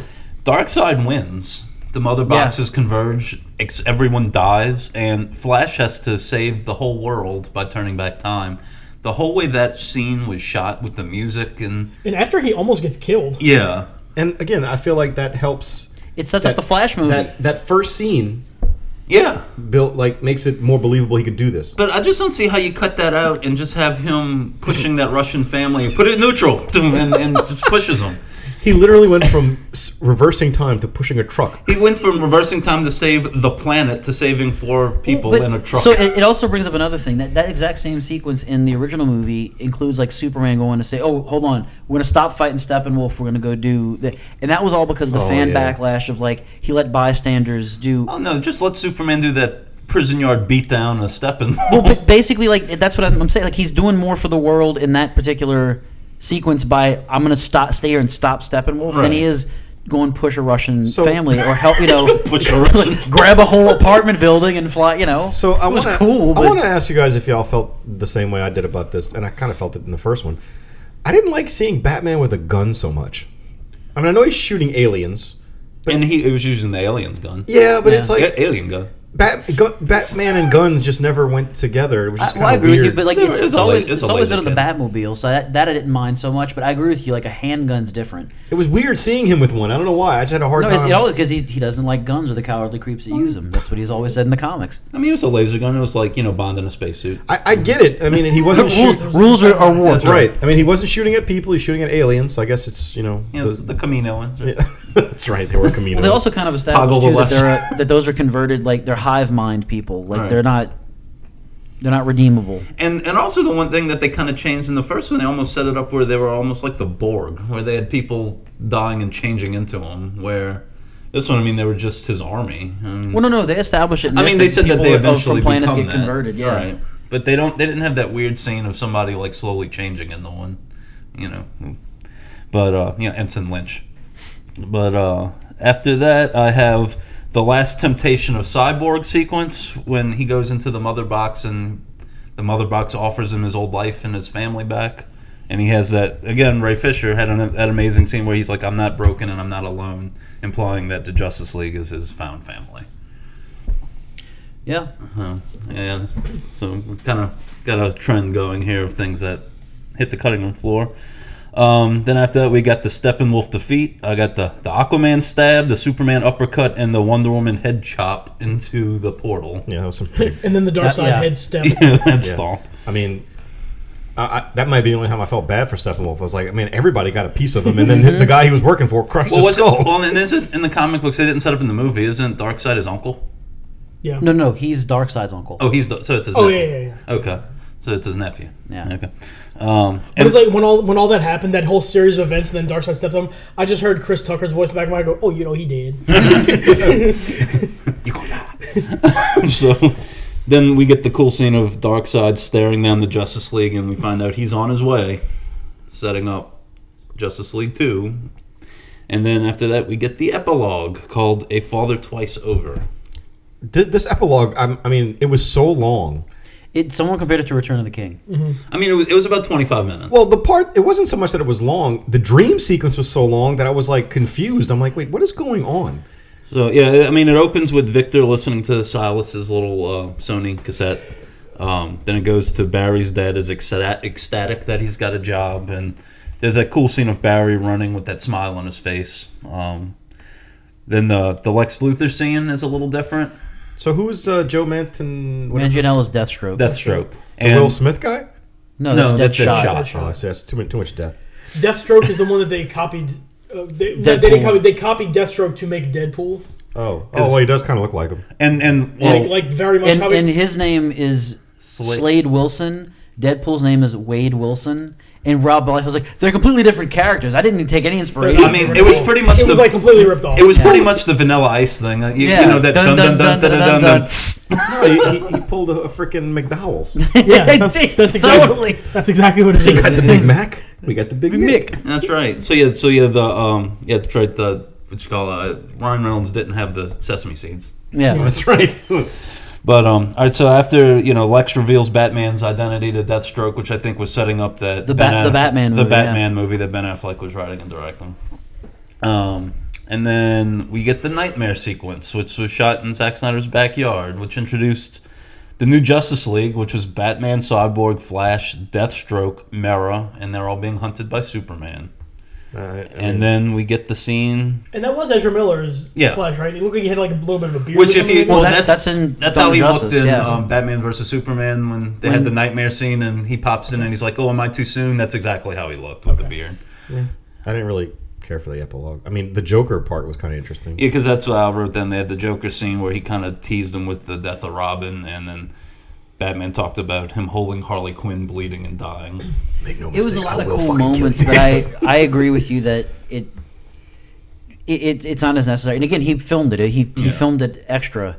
Speaker 3: Dark Side wins. The mother boxes converge, ex- everyone dies, and Flash has to save the whole world by turning back time. The whole way that scene was shot with the music and
Speaker 2: And after he almost gets killed,
Speaker 3: yeah,
Speaker 4: And again, I feel like that helps.
Speaker 1: It sets
Speaker 4: That-
Speaker 1: up the Flash movie.
Speaker 4: That that first scene
Speaker 3: yeah.
Speaker 4: built like makes it more believable he could do this.
Speaker 3: But I just don't see how you cut that out and just have him pushing that Russian family, put it in neutral, and, and just pushes them.
Speaker 4: He literally went from s- reversing time to pushing a truck.
Speaker 3: He went from reversing time to save the planet to saving four people
Speaker 1: But-
Speaker 3: in a truck.
Speaker 1: So it, it also brings up another thing that that exact same sequence in the original movie includes like Superman going to say, "Oh, hold on, we're gonna stop fighting Steppenwolf. We're gonna go do," the, and that was all because of the
Speaker 4: Oh,
Speaker 1: fan
Speaker 4: yeah.
Speaker 1: backlash of like he let bystanders do.
Speaker 3: oh no, just let Superman do that prison yard beatdown of Steppenwolf.
Speaker 1: Well, but basically, like that's what I'm, I'm saying. Like he's doing more for the world in that particular sequence by I'm gonna stop, stay here and stop Steppenwolf than he
Speaker 3: Right.
Speaker 1: is go and push a Russian
Speaker 4: So-
Speaker 1: family or help you know
Speaker 3: Push a Russian-
Speaker 1: grab a whole apartment building and fly. You know,
Speaker 4: So I
Speaker 1: it was
Speaker 4: want to
Speaker 1: cool.
Speaker 4: I
Speaker 1: But
Speaker 4: want to ask you guys if y'all felt the same way I did about this, and I kind of felt it in the first one. I didn't like seeing Batman with a gun so much. I mean, I know he's shooting aliens.
Speaker 3: and he, he was using the alien's gun.
Speaker 4: Yeah, but it's like
Speaker 3: Yeah, alien gun.
Speaker 4: Bat, gu- Batman and guns just never went together. It was
Speaker 1: I,
Speaker 4: just
Speaker 1: well, I
Speaker 4: kind of
Speaker 1: agree
Speaker 4: weird.
Speaker 1: with you, but like
Speaker 3: No,
Speaker 1: it's,
Speaker 3: it's
Speaker 1: it's
Speaker 3: a
Speaker 1: always
Speaker 3: laser- it's
Speaker 1: it's
Speaker 3: a
Speaker 1: always been
Speaker 3: laser
Speaker 1: on the
Speaker 3: cannon.
Speaker 1: Batmobile, so that, that I didn't mind so much. But I agree with you, like a handgun's different.
Speaker 4: it was weird seeing him with one. I don't know why. I just had a hard
Speaker 1: No, it's,
Speaker 4: time.
Speaker 1: it always because he he doesn't like guns or the cowardly creeps that use them. That's what he's always said in the comics.
Speaker 3: I mean, it was a laser gun. It was like you know Bond in a spacesuit.
Speaker 4: I, I get it. I mean, and he wasn't
Speaker 1: Rules,
Speaker 4: shooting.
Speaker 1: rules are, are warped.
Speaker 4: Right. I mean, he wasn't shooting at people. He's shooting at aliens. So I guess it's you know.
Speaker 3: Yeah,
Speaker 4: the-
Speaker 3: it's the Camino one.
Speaker 4: yeah. that's right. They were Camino.
Speaker 1: Well, they also kind of established
Speaker 3: Poggle the
Speaker 1: too, that,
Speaker 3: lesser.
Speaker 1: they're, uh, that those are converted, like they're hive mind people. Like
Speaker 3: Right.
Speaker 1: they're not they're not redeemable.
Speaker 3: And and also the one thing that they kind of changed in the first one, they almost set it up where they were almost like the Borg, where they had people dying and changing into them. Where this one, I mean, they were just his army. And-
Speaker 1: Well, no, no, they establish it. In
Speaker 3: I
Speaker 1: this
Speaker 3: mean, they
Speaker 1: that
Speaker 3: said that
Speaker 1: people
Speaker 3: they
Speaker 1: of-
Speaker 3: eventually
Speaker 1: from planets
Speaker 3: become
Speaker 1: get
Speaker 3: that.
Speaker 1: converted. Yeah.
Speaker 3: Right. But they don't. They didn't have that weird scene of somebody like slowly changing into one, you know. But uh, yeah, Ensign Lynch. But uh, after that, I have the last temptation of cyborg sequence when he goes into the mother box and the mother box offers him his old life and his family back. And he has that again. Ray Fisher had an, that amazing scene where he's like, "I'm not broken and I'm not alone," implying that the Justice League is his found family.
Speaker 1: Yeah.
Speaker 3: Uh, and so we kind of got a trend going here of things that hit the cutting room floor. Um, then after that, we got the Steppenwolf defeat. I got the, the Aquaman stab, the Superman uppercut, and the Wonder Woman head chop into the portal.
Speaker 4: yeah, that was some pretty
Speaker 2: and then the
Speaker 1: That-
Speaker 2: dark side
Speaker 1: yeah.
Speaker 2: head step.
Speaker 3: and stomp.
Speaker 4: I mean, I, I, that might be the only time I felt bad for Steppenwolf. I was like, I mean, everybody got a piece of him, and then the guy he was working for crushed
Speaker 3: Well,
Speaker 4: his
Speaker 3: was it,
Speaker 4: skull.
Speaker 3: well, and isn't in the comic books they didn't set up in the movie? Isn't Darkseid his uncle?
Speaker 2: Yeah.
Speaker 1: No, no, he's Darkseid's uncle.
Speaker 3: Oh, he's the, so it's his.
Speaker 2: Oh,
Speaker 3: nephew.
Speaker 2: yeah, yeah, yeah.
Speaker 3: Okay, so it's his nephew.
Speaker 1: Yeah.
Speaker 3: Okay. Um,
Speaker 2: But
Speaker 3: and
Speaker 2: it's like when all when all that happened, that whole series of events, and then Dark Side stepped on. him, I just heard Chris Tucker's voice back when I go, "Oh, you know he did."
Speaker 3: you gonna die. so then we get the cool scene of Darkseid staring down the Justice League, and we find out he's on his way, setting up Justice League 2. And then after that, we get the epilogue called A Father Twice Over.
Speaker 4: This, this epilogue, I, I mean, it was so long.
Speaker 1: It, someone compared it to Return of the King.
Speaker 3: I mean, it was, it was about 25 minutes.
Speaker 4: Well, the part, it wasn't so much that it was long. The dream sequence was so long that I was like confused. I'm like, wait, what is going on?
Speaker 3: So, yeah, I mean, it opens with Victor listening to Silas's little uh, Sony cassette. Um, then it goes to Barry's dad is ecsta- ecstatic that he's got a job. And there's that cool scene of Barry running with that smile on his face. Um, then the, the Lex Luthor scene is a little different.
Speaker 4: So who is uh, Joe Manton? Whatever,
Speaker 1: Mangionella's Deathstroke.
Speaker 3: Deathstroke.
Speaker 4: the
Speaker 3: And,
Speaker 4: Will Smith guy?
Speaker 1: no, that's,
Speaker 3: no, that's
Speaker 1: Deathshot.
Speaker 3: Deathshot.
Speaker 4: Oh, I see, that's too much, too much death.
Speaker 2: Deathstroke is the one that they copied. Uh, they, no, they didn't
Speaker 1: Deadpool.
Speaker 2: copy. They copied Deathstroke to make Deadpool.
Speaker 4: Oh, oh, well, he does kind of look like him.
Speaker 3: And and well,
Speaker 2: like, like very much.
Speaker 1: And,
Speaker 2: how he-
Speaker 1: and his name is
Speaker 3: Slade.
Speaker 1: Slade. Wilson. Deadpool's name is Wade Wilson. And Rob Life was like, they're completely different characters. I didn't take any inspiration.
Speaker 3: I mean, it was pretty much
Speaker 2: it
Speaker 3: the
Speaker 2: was like completely ripped off.
Speaker 3: it was pretty much the Vanilla Ice thing. Like, You, you
Speaker 1: Yeah.
Speaker 3: know that dun dun dun dun dun dun. dun,
Speaker 4: No, he, he, he pulled a, a freaking McDowell's.
Speaker 2: yeah, that's,
Speaker 1: It did,
Speaker 2: that's exactly
Speaker 1: totally.
Speaker 2: that's exactly what it
Speaker 4: We got
Speaker 2: is.
Speaker 4: the Big Mac. We got the Big Mick.
Speaker 3: That's right. So yeah, so yeah, the um, yeah, that's right. The what you call uh, Ryan Reynolds didn't have the sesame seeds.
Speaker 1: yeah.
Speaker 4: That's right.
Speaker 3: But um, all right. So after you know, Lex reveals Batman's identity to Deathstroke, which I think was setting up that
Speaker 1: The
Speaker 3: Ben
Speaker 1: Bat- the
Speaker 3: Aff-
Speaker 1: Batman
Speaker 3: the
Speaker 1: movie, yeah.
Speaker 3: Batman movie that Ben Affleck was writing and directing. Um, and then we get the nightmare sequence, which was shot in Zack Snyder's backyard, which introduced the new Justice League, which was Batman, Cyborg, Flash, Deathstroke, Mera, and they're all being hunted by Superman. And then we get the scene,
Speaker 2: And that was Ezra Miller's
Speaker 3: Yeah.
Speaker 2: Flash, right? It looked like he had like a little bit of a beard.
Speaker 3: which
Speaker 2: or
Speaker 3: if
Speaker 2: something
Speaker 3: you
Speaker 2: like
Speaker 3: well,
Speaker 2: that.
Speaker 3: that's
Speaker 1: that's-
Speaker 3: that's
Speaker 1: that's in
Speaker 3: that's how he
Speaker 1: Dawn of
Speaker 3: looked
Speaker 1: Justice,
Speaker 3: in
Speaker 1: yeah.
Speaker 3: um, Batman versus Superman when they had the nightmare scene and he pops in and he's like, "Oh, am I too soon?" That's exactly how he looked with the beard.
Speaker 4: I didn't really care for the epilogue. I mean, the Joker part was kind of interesting.
Speaker 3: Yeah, because that's what I wrote. Then they had the Joker scene where he kind of teased him with the death of Robin, and then Batman talked about him holding Harley Quinn bleeding and dying.
Speaker 4: Make no
Speaker 1: It was a
Speaker 4: mistake,
Speaker 1: lot
Speaker 4: I
Speaker 1: of
Speaker 4: will
Speaker 1: cool
Speaker 4: fucking kill
Speaker 1: moments,
Speaker 4: you.
Speaker 1: but I, I agree with you that it, it, it it's not as necessary. And again, he filmed it. He, he
Speaker 3: Yeah.
Speaker 1: filmed it extra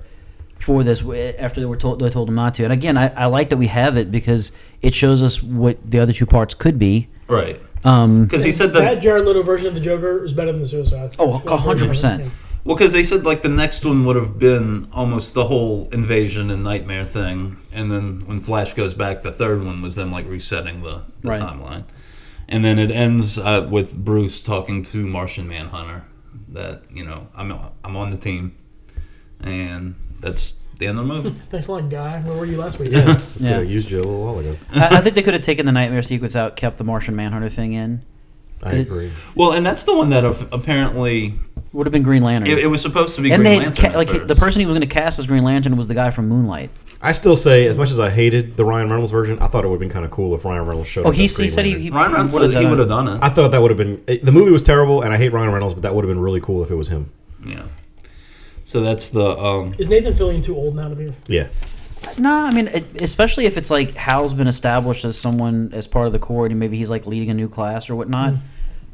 Speaker 1: for this w- after they were told they told him not to. And again, I, I like that we have it because it shows us what the other two parts could be.
Speaker 3: Right?
Speaker 1: Um,
Speaker 3: Because he said
Speaker 2: that
Speaker 3: that.
Speaker 2: Jared Leto version of the Joker is better than the Suicide.
Speaker 1: Oh, a hundred percent.
Speaker 3: Well, because they said like the next one would have been almost the whole invasion and nightmare thing, and then when Flash goes back, the third one was them like resetting the, the
Speaker 1: Right.
Speaker 3: timeline, and then it ends uh, with Bruce talking to Martian Manhunter that you know I'm I'm on the team, and that's the end of the movie.
Speaker 2: Thanks a lot, guy. Where were you last week?
Speaker 4: Yeah, yeah.
Speaker 1: Yeah.
Speaker 4: used you a little while ago.
Speaker 1: I, I think they could have taken the nightmare sequence out, kept the Martian Manhunter thing in.
Speaker 4: I
Speaker 1: Is it-
Speaker 4: agree.
Speaker 3: Well, and that's the one that af- apparently
Speaker 1: Would have been Green Lantern.
Speaker 3: it, it was supposed to be
Speaker 1: and
Speaker 3: Green
Speaker 1: they had
Speaker 3: Lantern.
Speaker 1: ca- like
Speaker 3: at
Speaker 1: the
Speaker 3: first.
Speaker 1: person he was going to cast as Green Lantern was the guy from Moonlight.
Speaker 4: I still say, as much as I hated the Ryan Reynolds version, I thought it would have been kind of cool if Ryan Reynolds showed.
Speaker 1: Oh,
Speaker 4: up
Speaker 1: he, he
Speaker 4: as Green
Speaker 1: said he,
Speaker 4: Lantern.
Speaker 1: he
Speaker 3: Ryan Reynolds
Speaker 1: would've
Speaker 3: said he
Speaker 1: done
Speaker 3: would
Speaker 1: it.
Speaker 3: have done it.
Speaker 4: I thought that would have been it- the movie was terrible, and I hate Ryan Reynolds, but that would have been really cool if it was him.
Speaker 3: Yeah. So that's the um,
Speaker 2: Is Nathan Fillion too old now to be?
Speaker 4: Yeah,
Speaker 1: No, I mean, it, especially if it's like Hal's been established as someone as part of the core, and maybe he's like leading a new class or whatnot.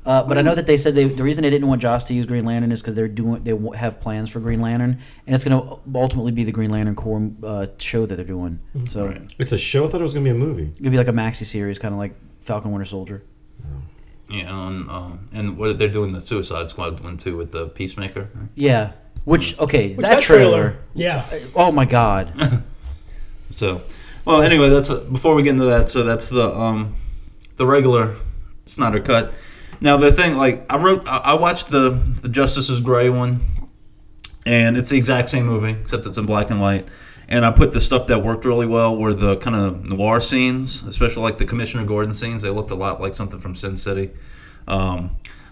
Speaker 1: Uh, but I know that they said they, the reason they didn't want Joss to use Green Lantern is because they're doing they wa- have plans for Green Lantern, and it's going to ultimately be the Green Lantern core uh, show that they're doing. So
Speaker 3: Right.
Speaker 4: it's a show. I thought it was going to be a movie.
Speaker 1: it'll be like a maxi series, kind of like Falcon Winter Soldier.
Speaker 3: you know, and, um, and what they're doing the Suicide Squad one too with the Peacemaker.
Speaker 1: Yeah, which okay,
Speaker 2: Which,
Speaker 1: that, trailer,
Speaker 2: Yeah.
Speaker 1: Oh my god,
Speaker 3: So, well, anyway, that's what, before we get into that. So that's the um, the regular Snyder cut. Now the thing, like I wrote, I, I watched the the Justice is Gray one, and it's the exact same movie except it's in black and white. And I put the stuff that worked really well were the kind of noir scenes, especially like the Commissioner Gordon scenes. They looked a lot like something from Sin City. Um,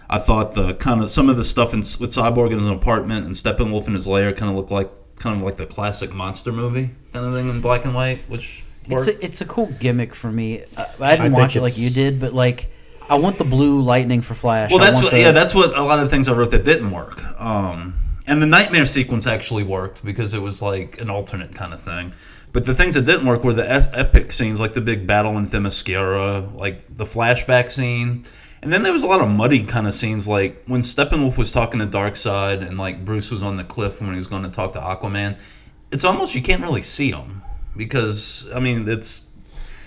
Speaker 3: I thought the kind of some of the stuff in, with Cyborg in his apartment and Steppenwolf in his lair kind of looked like kind of like the classic monster movie kind of thing in black and white, which
Speaker 1: it's
Speaker 3: worked.
Speaker 1: a, it's a cool gimmick for me. Uh, I didn't
Speaker 4: think
Speaker 1: watch it like
Speaker 4: it's-
Speaker 1: you did, but like I want the blue lightning for Flash.
Speaker 3: well,
Speaker 1: I
Speaker 3: that's
Speaker 1: want
Speaker 3: what
Speaker 1: the-
Speaker 3: yeah, that's what a lot of the things I wrote that didn't work. Um, and the nightmare sequence actually worked because it was like an alternate kind of thing. But the things that didn't work were the es- epic scenes, like the big battle in Themyscira, like the flashback scene, and then there was a lot of muddy kind of scenes, like when Steppenwolf was talking to Darkseid and like Bruce was on the cliff when he was going to talk to Aquaman. It's almost you can't really see him because I mean it's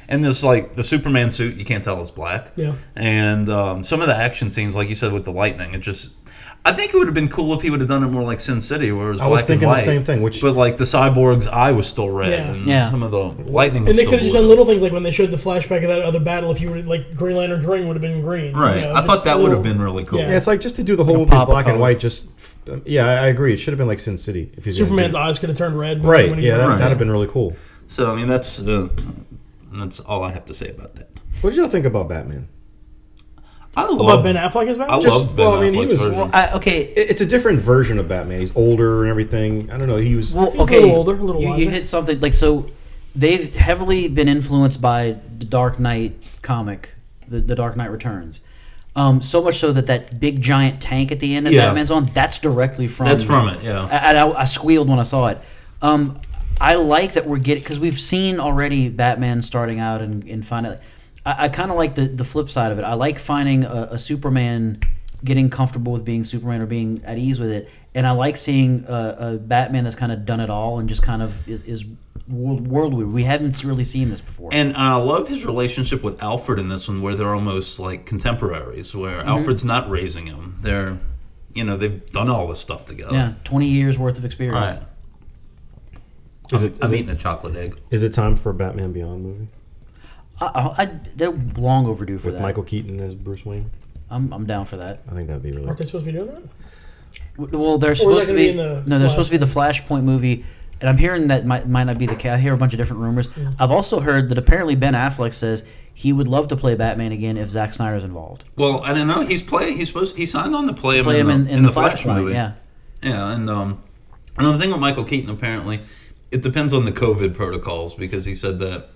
Speaker 3: and there's like the Superman suit you can't tell it's black.
Speaker 2: Yeah.
Speaker 3: And um, some of the action scenes, like you said with the lightning, it just. I think it would have been cool if he would have done it more like Sin City, where it was
Speaker 4: I
Speaker 3: black
Speaker 4: was thinking
Speaker 3: and
Speaker 4: the
Speaker 3: white.
Speaker 4: same thing, which-
Speaker 3: but like the cyborg's eye was still red,
Speaker 2: Yeah.
Speaker 3: and
Speaker 1: Yeah.
Speaker 3: some of the lightning. Was
Speaker 2: And they
Speaker 3: still
Speaker 2: could have just
Speaker 3: blue.
Speaker 2: done little things like when they showed the flashback of that other battle. If you were like Green Lantern's ring would have been green,
Speaker 3: Right,
Speaker 2: you know,
Speaker 3: I thought
Speaker 2: just
Speaker 3: that would have
Speaker 2: little-
Speaker 3: been really cool.
Speaker 4: Yeah,
Speaker 2: Yeah.
Speaker 4: it's like just to do the whole
Speaker 1: a
Speaker 4: movie
Speaker 1: pop of
Speaker 4: black and
Speaker 1: color.
Speaker 4: white. Just um, yeah, I I agree. It should have been like Sin City if he's gonna do
Speaker 2: Superman's
Speaker 4: it.
Speaker 2: eyes could have turned red.
Speaker 4: Right?
Speaker 2: when he's
Speaker 4: Yeah, that,
Speaker 2: around.
Speaker 4: that'd have been really cool.
Speaker 3: So I mean, that's uh, and that's all I have to say about that.
Speaker 4: What did y'all think about Batman?
Speaker 3: I
Speaker 2: But
Speaker 3: love
Speaker 2: Ben Affleck is back.
Speaker 3: I
Speaker 4: Just-
Speaker 3: loved Ben
Speaker 4: well, I mean, he
Speaker 3: Affleck's
Speaker 4: was-
Speaker 2: Mm.
Speaker 3: version.
Speaker 4: well,
Speaker 1: I, okay.
Speaker 4: It- It's a different version of Batman. He's older and everything. I don't know. He was
Speaker 1: Well,
Speaker 2: He's a
Speaker 1: okay.
Speaker 2: little older, a little
Speaker 1: you,
Speaker 2: wiser.
Speaker 1: you hit something like so. They've heavily been influenced by the Dark Knight comic, the, the Dark Knight Returns. Um, so much so that that big giant tank at the end that
Speaker 4: Yeah.
Speaker 1: Batman's on, that's directly from.
Speaker 3: That's from it, yeah.
Speaker 1: I, I, I squealed when I saw it. Um, I like that we're getting because we've seen already Batman starting out and, and finding. I, I kind of like the, the flip side of it. I like finding a, a Superman getting comfortable with being Superman or being at ease with it, and I like seeing a, a Batman that's kind of done it all and just kind of is, is world world weary. We haven't really seen this before.
Speaker 3: And I love his relationship with Alfred in this one, where they're almost like contemporaries, where
Speaker 1: Mm-hmm.
Speaker 3: Alfred's not raising him. They're, you know, they've done all this stuff together.
Speaker 1: yeah, twenty years worth of
Speaker 3: All
Speaker 1: experience.
Speaker 3: right.
Speaker 4: Is it,
Speaker 3: I'm
Speaker 4: is, it,
Speaker 3: eating a chocolate egg.
Speaker 4: is it time for a Batman Beyond movie
Speaker 1: I, I, I, they're long overdue for
Speaker 4: with
Speaker 1: that.
Speaker 4: Michael Keaton as Bruce Wayne?
Speaker 1: I'm, I'm down for that.
Speaker 4: I think that'd be really.
Speaker 2: Aren't they supposed to be doing that?
Speaker 1: W- Well, they're
Speaker 2: was
Speaker 1: supposed to
Speaker 2: that gonna
Speaker 1: be,
Speaker 2: be in the
Speaker 1: no, they're supposed to be the Flashpoint movie, and I'm hearing that might might not be the case. I hear a bunch of different rumors.
Speaker 2: Hmm.
Speaker 1: I've also heard that apparently Ben Affleck says he would love to play Batman again if Zack Snyder's involved.
Speaker 3: Well, I don't know. He's playing. He's supposed. He signed on to play him,
Speaker 1: Play
Speaker 3: in,
Speaker 1: him in,
Speaker 3: the,
Speaker 1: in, the, Flashpoint,
Speaker 3: movie.
Speaker 1: yeah.
Speaker 3: Yeah, and um, another thing with Michael Keaton apparently, it depends on the COVID protocols because he said that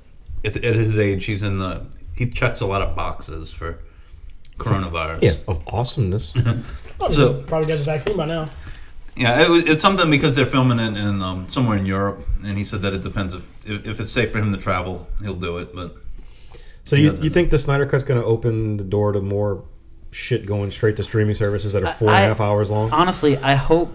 Speaker 3: at, at his age he's in the he checks a lot of boxes for coronavirus.
Speaker 4: Yeah, of awesomeness.
Speaker 2: Oh,
Speaker 3: So-
Speaker 2: probably got the vaccine by now.
Speaker 3: Yeah, it was, it's something because they're filming it in um, somewhere in Europe, and he said that it depends if, if if it's safe for him to travel, he'll do it. But
Speaker 4: So you,
Speaker 3: Yeah,
Speaker 4: you think the Snyder Cut's going to open the door to more shit going straight to streaming services that are four and a
Speaker 1: I-
Speaker 4: half hours long? I'm
Speaker 1: Honestly, I hope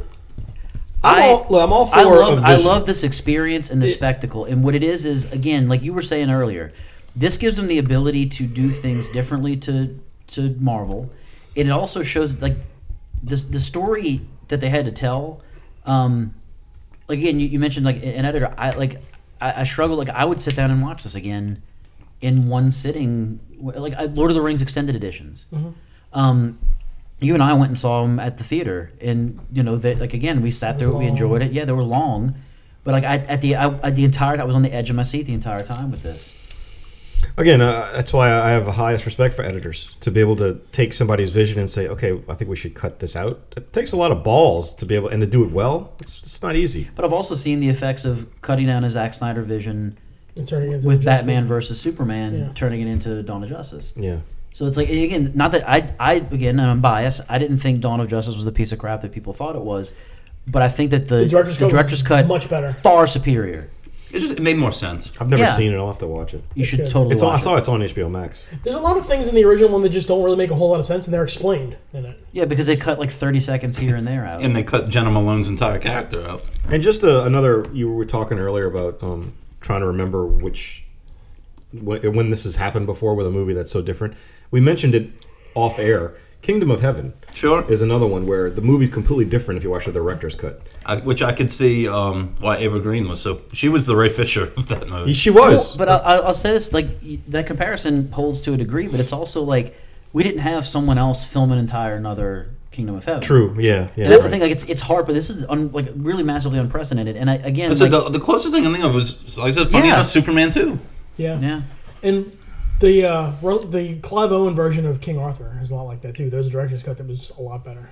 Speaker 1: I-
Speaker 4: all, look, I'm all for
Speaker 1: I
Speaker 4: a
Speaker 1: love I
Speaker 4: vision.
Speaker 1: love this experience and the spectacle. And what it is is again, like you were saying earlier, this gives them the ability to do things differently to to Marvel. And it also shows like the the story that they had to tell. Um, like again, you, you mentioned like an editor. I like I, I struggle. Like I would sit down and watch this again in one sitting. Like I, Lord of the Rings extended editions. Um, you and I went and saw them at the theater, and you know, they, like again, we sat there, we enjoyed it. Yeah, they were long, but like I, at the I, at the entire, I was on the edge of my seat the entire time with this.
Speaker 4: Again, uh, that's why I have the highest respect for editors to be able to take somebody's vision and say, okay, I think we should cut this out. It takes a lot of balls to be able and to do it well. It's, it's not easy.
Speaker 1: But I've also seen the effects of cutting down a Zack Snyder vision
Speaker 2: Inserting it
Speaker 1: with Batman versus Superman,
Speaker 2: Yeah.
Speaker 1: turning it into Dawn of Justice.
Speaker 4: Yeah.
Speaker 1: So it's like and again, not that I, I again, and I'm biased. I didn't think Dawn of Justice was the piece of crap that people thought it was, but I think that the,
Speaker 2: The director's cut was
Speaker 1: cut
Speaker 2: much better.
Speaker 1: far superior.
Speaker 3: it just it made more sense.
Speaker 4: I've never
Speaker 1: Yeah.
Speaker 4: seen it. I'll have to watch it.
Speaker 1: You should
Speaker 2: good.
Speaker 1: totally.
Speaker 4: It's on, I
Speaker 1: watch it.
Speaker 4: saw it's on HBO Max.
Speaker 2: There's a lot of things in the original one that just don't really make a whole lot of sense, and they're explained in it.
Speaker 1: Yeah, because they cut like 30 seconds here and there out.
Speaker 3: And they cut Jenna Malone's entire character out.
Speaker 4: And just uh another, you were talking earlier about um, trying to remember which when, when this has happened before with a movie that's so different. We mentioned it off air. Kingdom of Heaven
Speaker 3: Sure,
Speaker 4: is another one where the movie's completely different if you watch the director's cut.
Speaker 3: I, which I could see um, why Ava Green was so. She was the Ray Fisher of that movie.
Speaker 4: She was,
Speaker 1: Well, but I'll, I'll- I'll say this: like y- that comparison holds to a degree, but it's also like we didn't have someone else film an entire another Kingdom of Heaven.
Speaker 4: true. Yeah, yeah.
Speaker 1: And that's the
Speaker 4: right.
Speaker 1: thing. Like it's it's hard, but this is un, like really massively unprecedented. And I, again,
Speaker 3: So
Speaker 1: like,
Speaker 3: the, the closest thing I think of was, like I said, funny
Speaker 1: Yeah.
Speaker 3: enough, Superman 2.
Speaker 2: Yeah.
Speaker 1: yeah,
Speaker 2: And the uh, ro- the Clive Owen version of King Arthur is a lot like that too. There's a director's cut that was a lot better.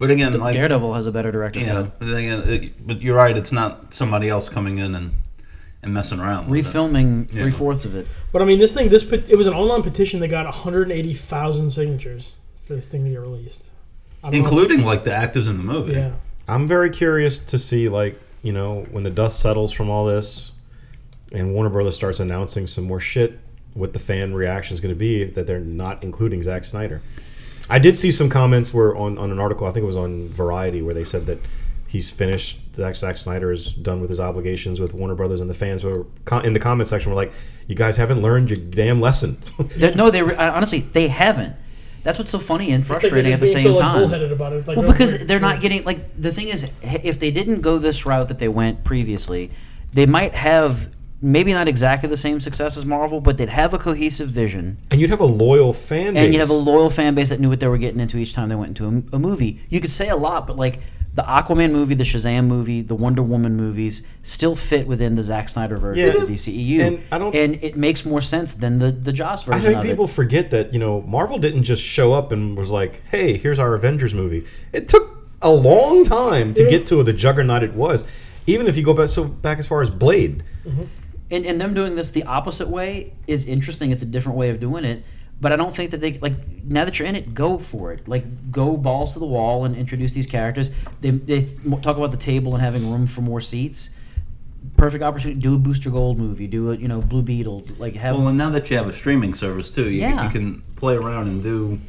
Speaker 3: But again, like,
Speaker 1: Daredevil has a better director.
Speaker 3: yeah,
Speaker 1: cut.
Speaker 3: but, then again, it- but you're right, it's not somebody else coming in and, and messing around. With it.
Speaker 1: refilming
Speaker 3: Yeah.
Speaker 1: three fourths of it.
Speaker 2: But I mean, this thing, this pet- it was an online petition that got 180,000 signatures for this thing to get released. I don't know-
Speaker 3: Including, like, the actors in the movie.
Speaker 2: Yeah.
Speaker 4: I'm very curious to see, like, you know, when the dust settles from all this, and Warner Brothers starts announcing some more shit, what the fan reaction is going to be that they're not including Zack Snyder. I did see some comments where on, on an article, I think it was on Variety, where they said that he's finished. Zack, Zack Snyder is done with his obligations with Warner Brothers, and the fans were co- in the comment section were like, "You guys haven't learned your damn lesson."
Speaker 1: They're- no, they re- I- honestly they haven't. That's what's so funny and
Speaker 2: It's like
Speaker 1: frustrating
Speaker 2: they're
Speaker 1: at the
Speaker 2: being
Speaker 1: same
Speaker 2: so, like,
Speaker 1: time.
Speaker 2: bullheaded about it. Like,
Speaker 1: Well,
Speaker 2: they're
Speaker 1: because
Speaker 2: weird.
Speaker 1: they're
Speaker 2: Yeah.
Speaker 1: not getting like the thing is, h- if they didn't go this route that they went previously, they might have maybe not exactly the same success as Marvel, but they'd have a cohesive vision,
Speaker 4: and you'd have a loyal fan base.
Speaker 1: and you'd have a loyal fan base that knew what they were getting into each time they went into a, m- a movie. You could say a lot, but like the Aquaman movie, the Shazam movie, the Wonder Woman movies still fit within the Zack Snyder version
Speaker 4: Yeah.
Speaker 1: of the DCEU,
Speaker 4: And I don't-
Speaker 1: and it makes more sense than the the Joss version.
Speaker 4: I think
Speaker 1: of
Speaker 4: people
Speaker 1: It.
Speaker 4: forget that you know Marvel didn't just show up and was like, "Hey, here's our Avengers movie." It took a long time to get to the juggernaut it was. Even if you go back so back as far as Blade,
Speaker 1: and, and them doing this the opposite way is interesting. It's a different way of doing it. But I don't think that they like now that you're in it, go for it. Like go balls to the wall and introduce these characters. They they talk about the table and having room for more seats. Perfect opportunity. Do a Booster Gold movie. Do a you know Blue Beetle. Like have
Speaker 3: Well, and now that you have a streaming service too, you,
Speaker 1: Yeah.
Speaker 3: you can play around and do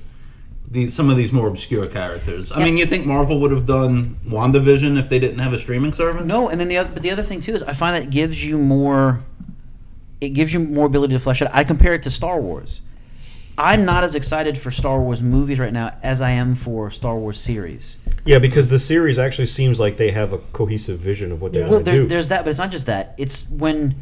Speaker 3: these some of these more obscure characters. I mean, you think Marvel would have done WandaVision if they didn't have a streaming service?
Speaker 1: No, and then the other, but the other thing too is I find that it gives you more. It gives you more ability to flesh out. I compare it to Star Wars. I'm not as excited for Star Wars movies right now as I am for Star Wars series.
Speaker 4: Yeah, because the series actually seems like they have a cohesive vision of what they
Speaker 2: Yeah.
Speaker 1: Well,
Speaker 4: want to
Speaker 1: there,
Speaker 4: do.
Speaker 1: there's that, but it's not just that. It's when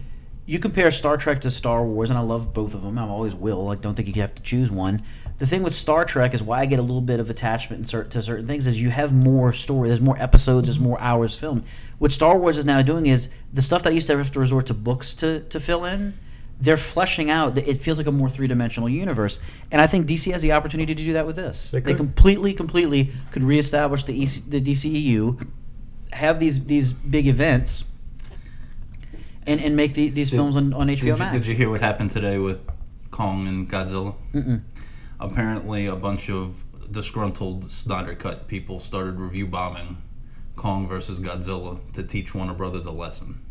Speaker 1: you compare Star Trek to Star Wars, and I love both of them. I always will. Like, don't think you have to choose one. The thing with Star Trek is why I get a little bit of attachment in cer- to certain things is you have more story. There's more episodes. There's more hours filmed. What Star Wars is now doing is the stuff that I used to have to resort to books to to fill in. They're fleshing out. that It feels like a more three dimensional universe, and I think DC has the opportunity to do that with this. They,
Speaker 4: They could.
Speaker 1: completely, completely could reestablish the EC, the E DCEU, have these these big events and and make the, these films on, on
Speaker 3: Did you,
Speaker 1: HBO Max.
Speaker 3: did you hear what happened today with Kong and Godzilla?
Speaker 1: Mm-mm.
Speaker 3: Apparently, a bunch of disgruntled Snyder Cut people started review bombing Kong versus Godzilla to teach Warner Brothers a lesson.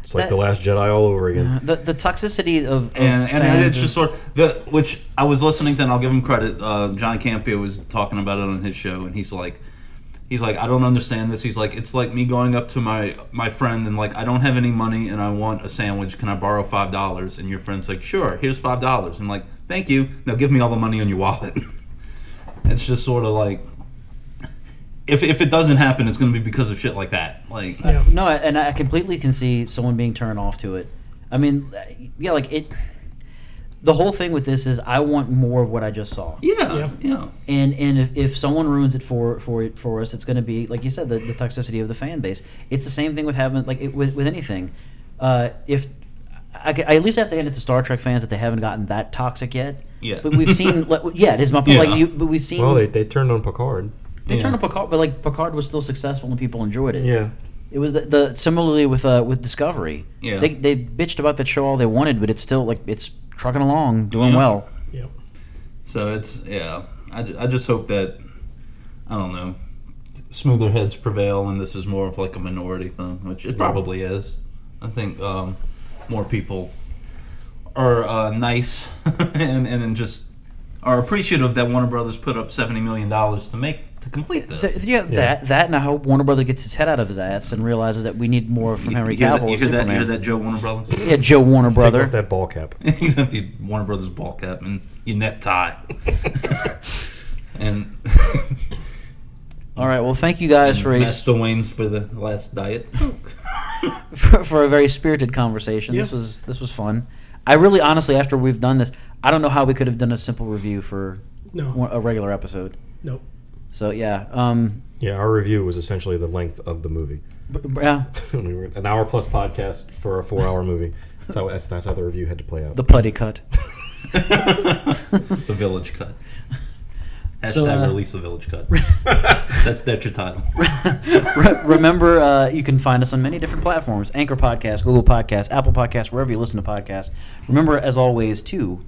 Speaker 4: it's like
Speaker 1: that-
Speaker 4: the Last Jedi all over again.
Speaker 1: Uh, the the toxicity of, of
Speaker 3: and, and
Speaker 1: fans
Speaker 3: it's
Speaker 1: is-
Speaker 3: just sort of the which I was listening to, and I'll give him credit. Uh, John Campia was talking about it on his show, and he's like, he's like, I don't understand this. He's like, it's like me going up to my my friend and like, I don't have any money, and I want a sandwich. Can I borrow five dollars? And your friend's like, sure, here's five dollars. I'm like, thank you. Now give me all the money in your wallet. it's just sort of like. If, if it doesn't happen, it's going to be because of shit like that. Like,
Speaker 2: Yeah.
Speaker 1: no, and I completely can see someone being turned off to it. I mean, yeah, like it. The whole thing with this is I want more of what I just saw.
Speaker 2: Yeah.
Speaker 3: yeah, yeah.
Speaker 1: and and if, if someone ruins it for for it for us, it's going to be like you said the, the toxicity of the fan base. It's the same thing with having like it, with with anything. Uh, if I, could- I at least have to hand it to Star Trek fans that they haven't gotten that toxic yet.
Speaker 3: Yeah.
Speaker 1: but we've seen like, yeah, it is my point.
Speaker 3: Yeah.
Speaker 1: Like you, but we've seen
Speaker 4: Well, they,
Speaker 1: they,
Speaker 4: they turned on Picard.
Speaker 1: turned
Speaker 3: Yeah.
Speaker 1: up Picard, but like Picard was still successful and people enjoyed it.
Speaker 4: Yeah.
Speaker 1: It was the, the similarly with uh, with Discovery.
Speaker 3: Yeah.
Speaker 1: they they bitched about that show all they wanted, but it's still like it's trucking along, doing
Speaker 3: Yeah.
Speaker 1: well.
Speaker 2: Yep.
Speaker 3: So it's yeah. I, ju- I just hope that I don't know smoother heads prevail, and this is more of like a minority thing, which it probably is. I think um, more people are uh, nice and and then just are appreciative that Warner Brothers put up seventy million dollars to make to complete this.
Speaker 1: Th- yeah, that that, and I hope Warner Brother gets his head out of his ass and realizes that we need more from Henry
Speaker 3: you hear, that,
Speaker 1: Cavill
Speaker 3: you
Speaker 1: as
Speaker 3: hear that? You hear
Speaker 1: Superman.
Speaker 3: that, Joe Warner Brothers?
Speaker 1: Yeah, Joe Warner
Speaker 4: Brother.
Speaker 1: Brother.
Speaker 4: that ball cap.
Speaker 3: you have your Warner Brothers ball cap and your necktie, and
Speaker 1: All right, well, thank you guys for a s-
Speaker 3: Master Wayne's for the last diet.
Speaker 1: for, for a very spirited conversation. This
Speaker 2: Yeah.
Speaker 1: was this was fun. I really, honestly, after we've done this, I don't know how we could have done a simple review for
Speaker 2: No.
Speaker 1: one- a regular episode.
Speaker 2: Nope.
Speaker 1: So yeah, um,
Speaker 4: Yeah, our review was essentially the length of the movie.
Speaker 1: b- b- yeah,
Speaker 4: We were An hour plus podcast for a four hour movie. That's how, that's, that's how the review had to play out.
Speaker 1: the putty cut.
Speaker 3: the village cut. Hashtag
Speaker 1: So, uh,
Speaker 3: release the village cut. that, that's your title.
Speaker 1: Re- remember, uh, you can find us on many different platforms: Anchor Podcast, Google Podcast, Apple Podcast, wherever you listen to podcasts. Remember, as always, to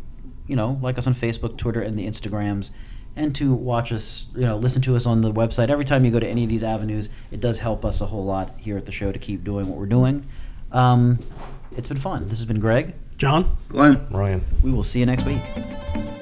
Speaker 1: you know, like us on Facebook, Twitter, and the Instagrams, and to watch us, you know, listen to us on the website. Every time you go to any of these avenues, it does help us a whole lot here at the show to keep doing what we're doing. Um, it's been fun. This has been Greg.
Speaker 2: John.
Speaker 3: Glenn.
Speaker 4: Ryan.
Speaker 1: We will see you next week.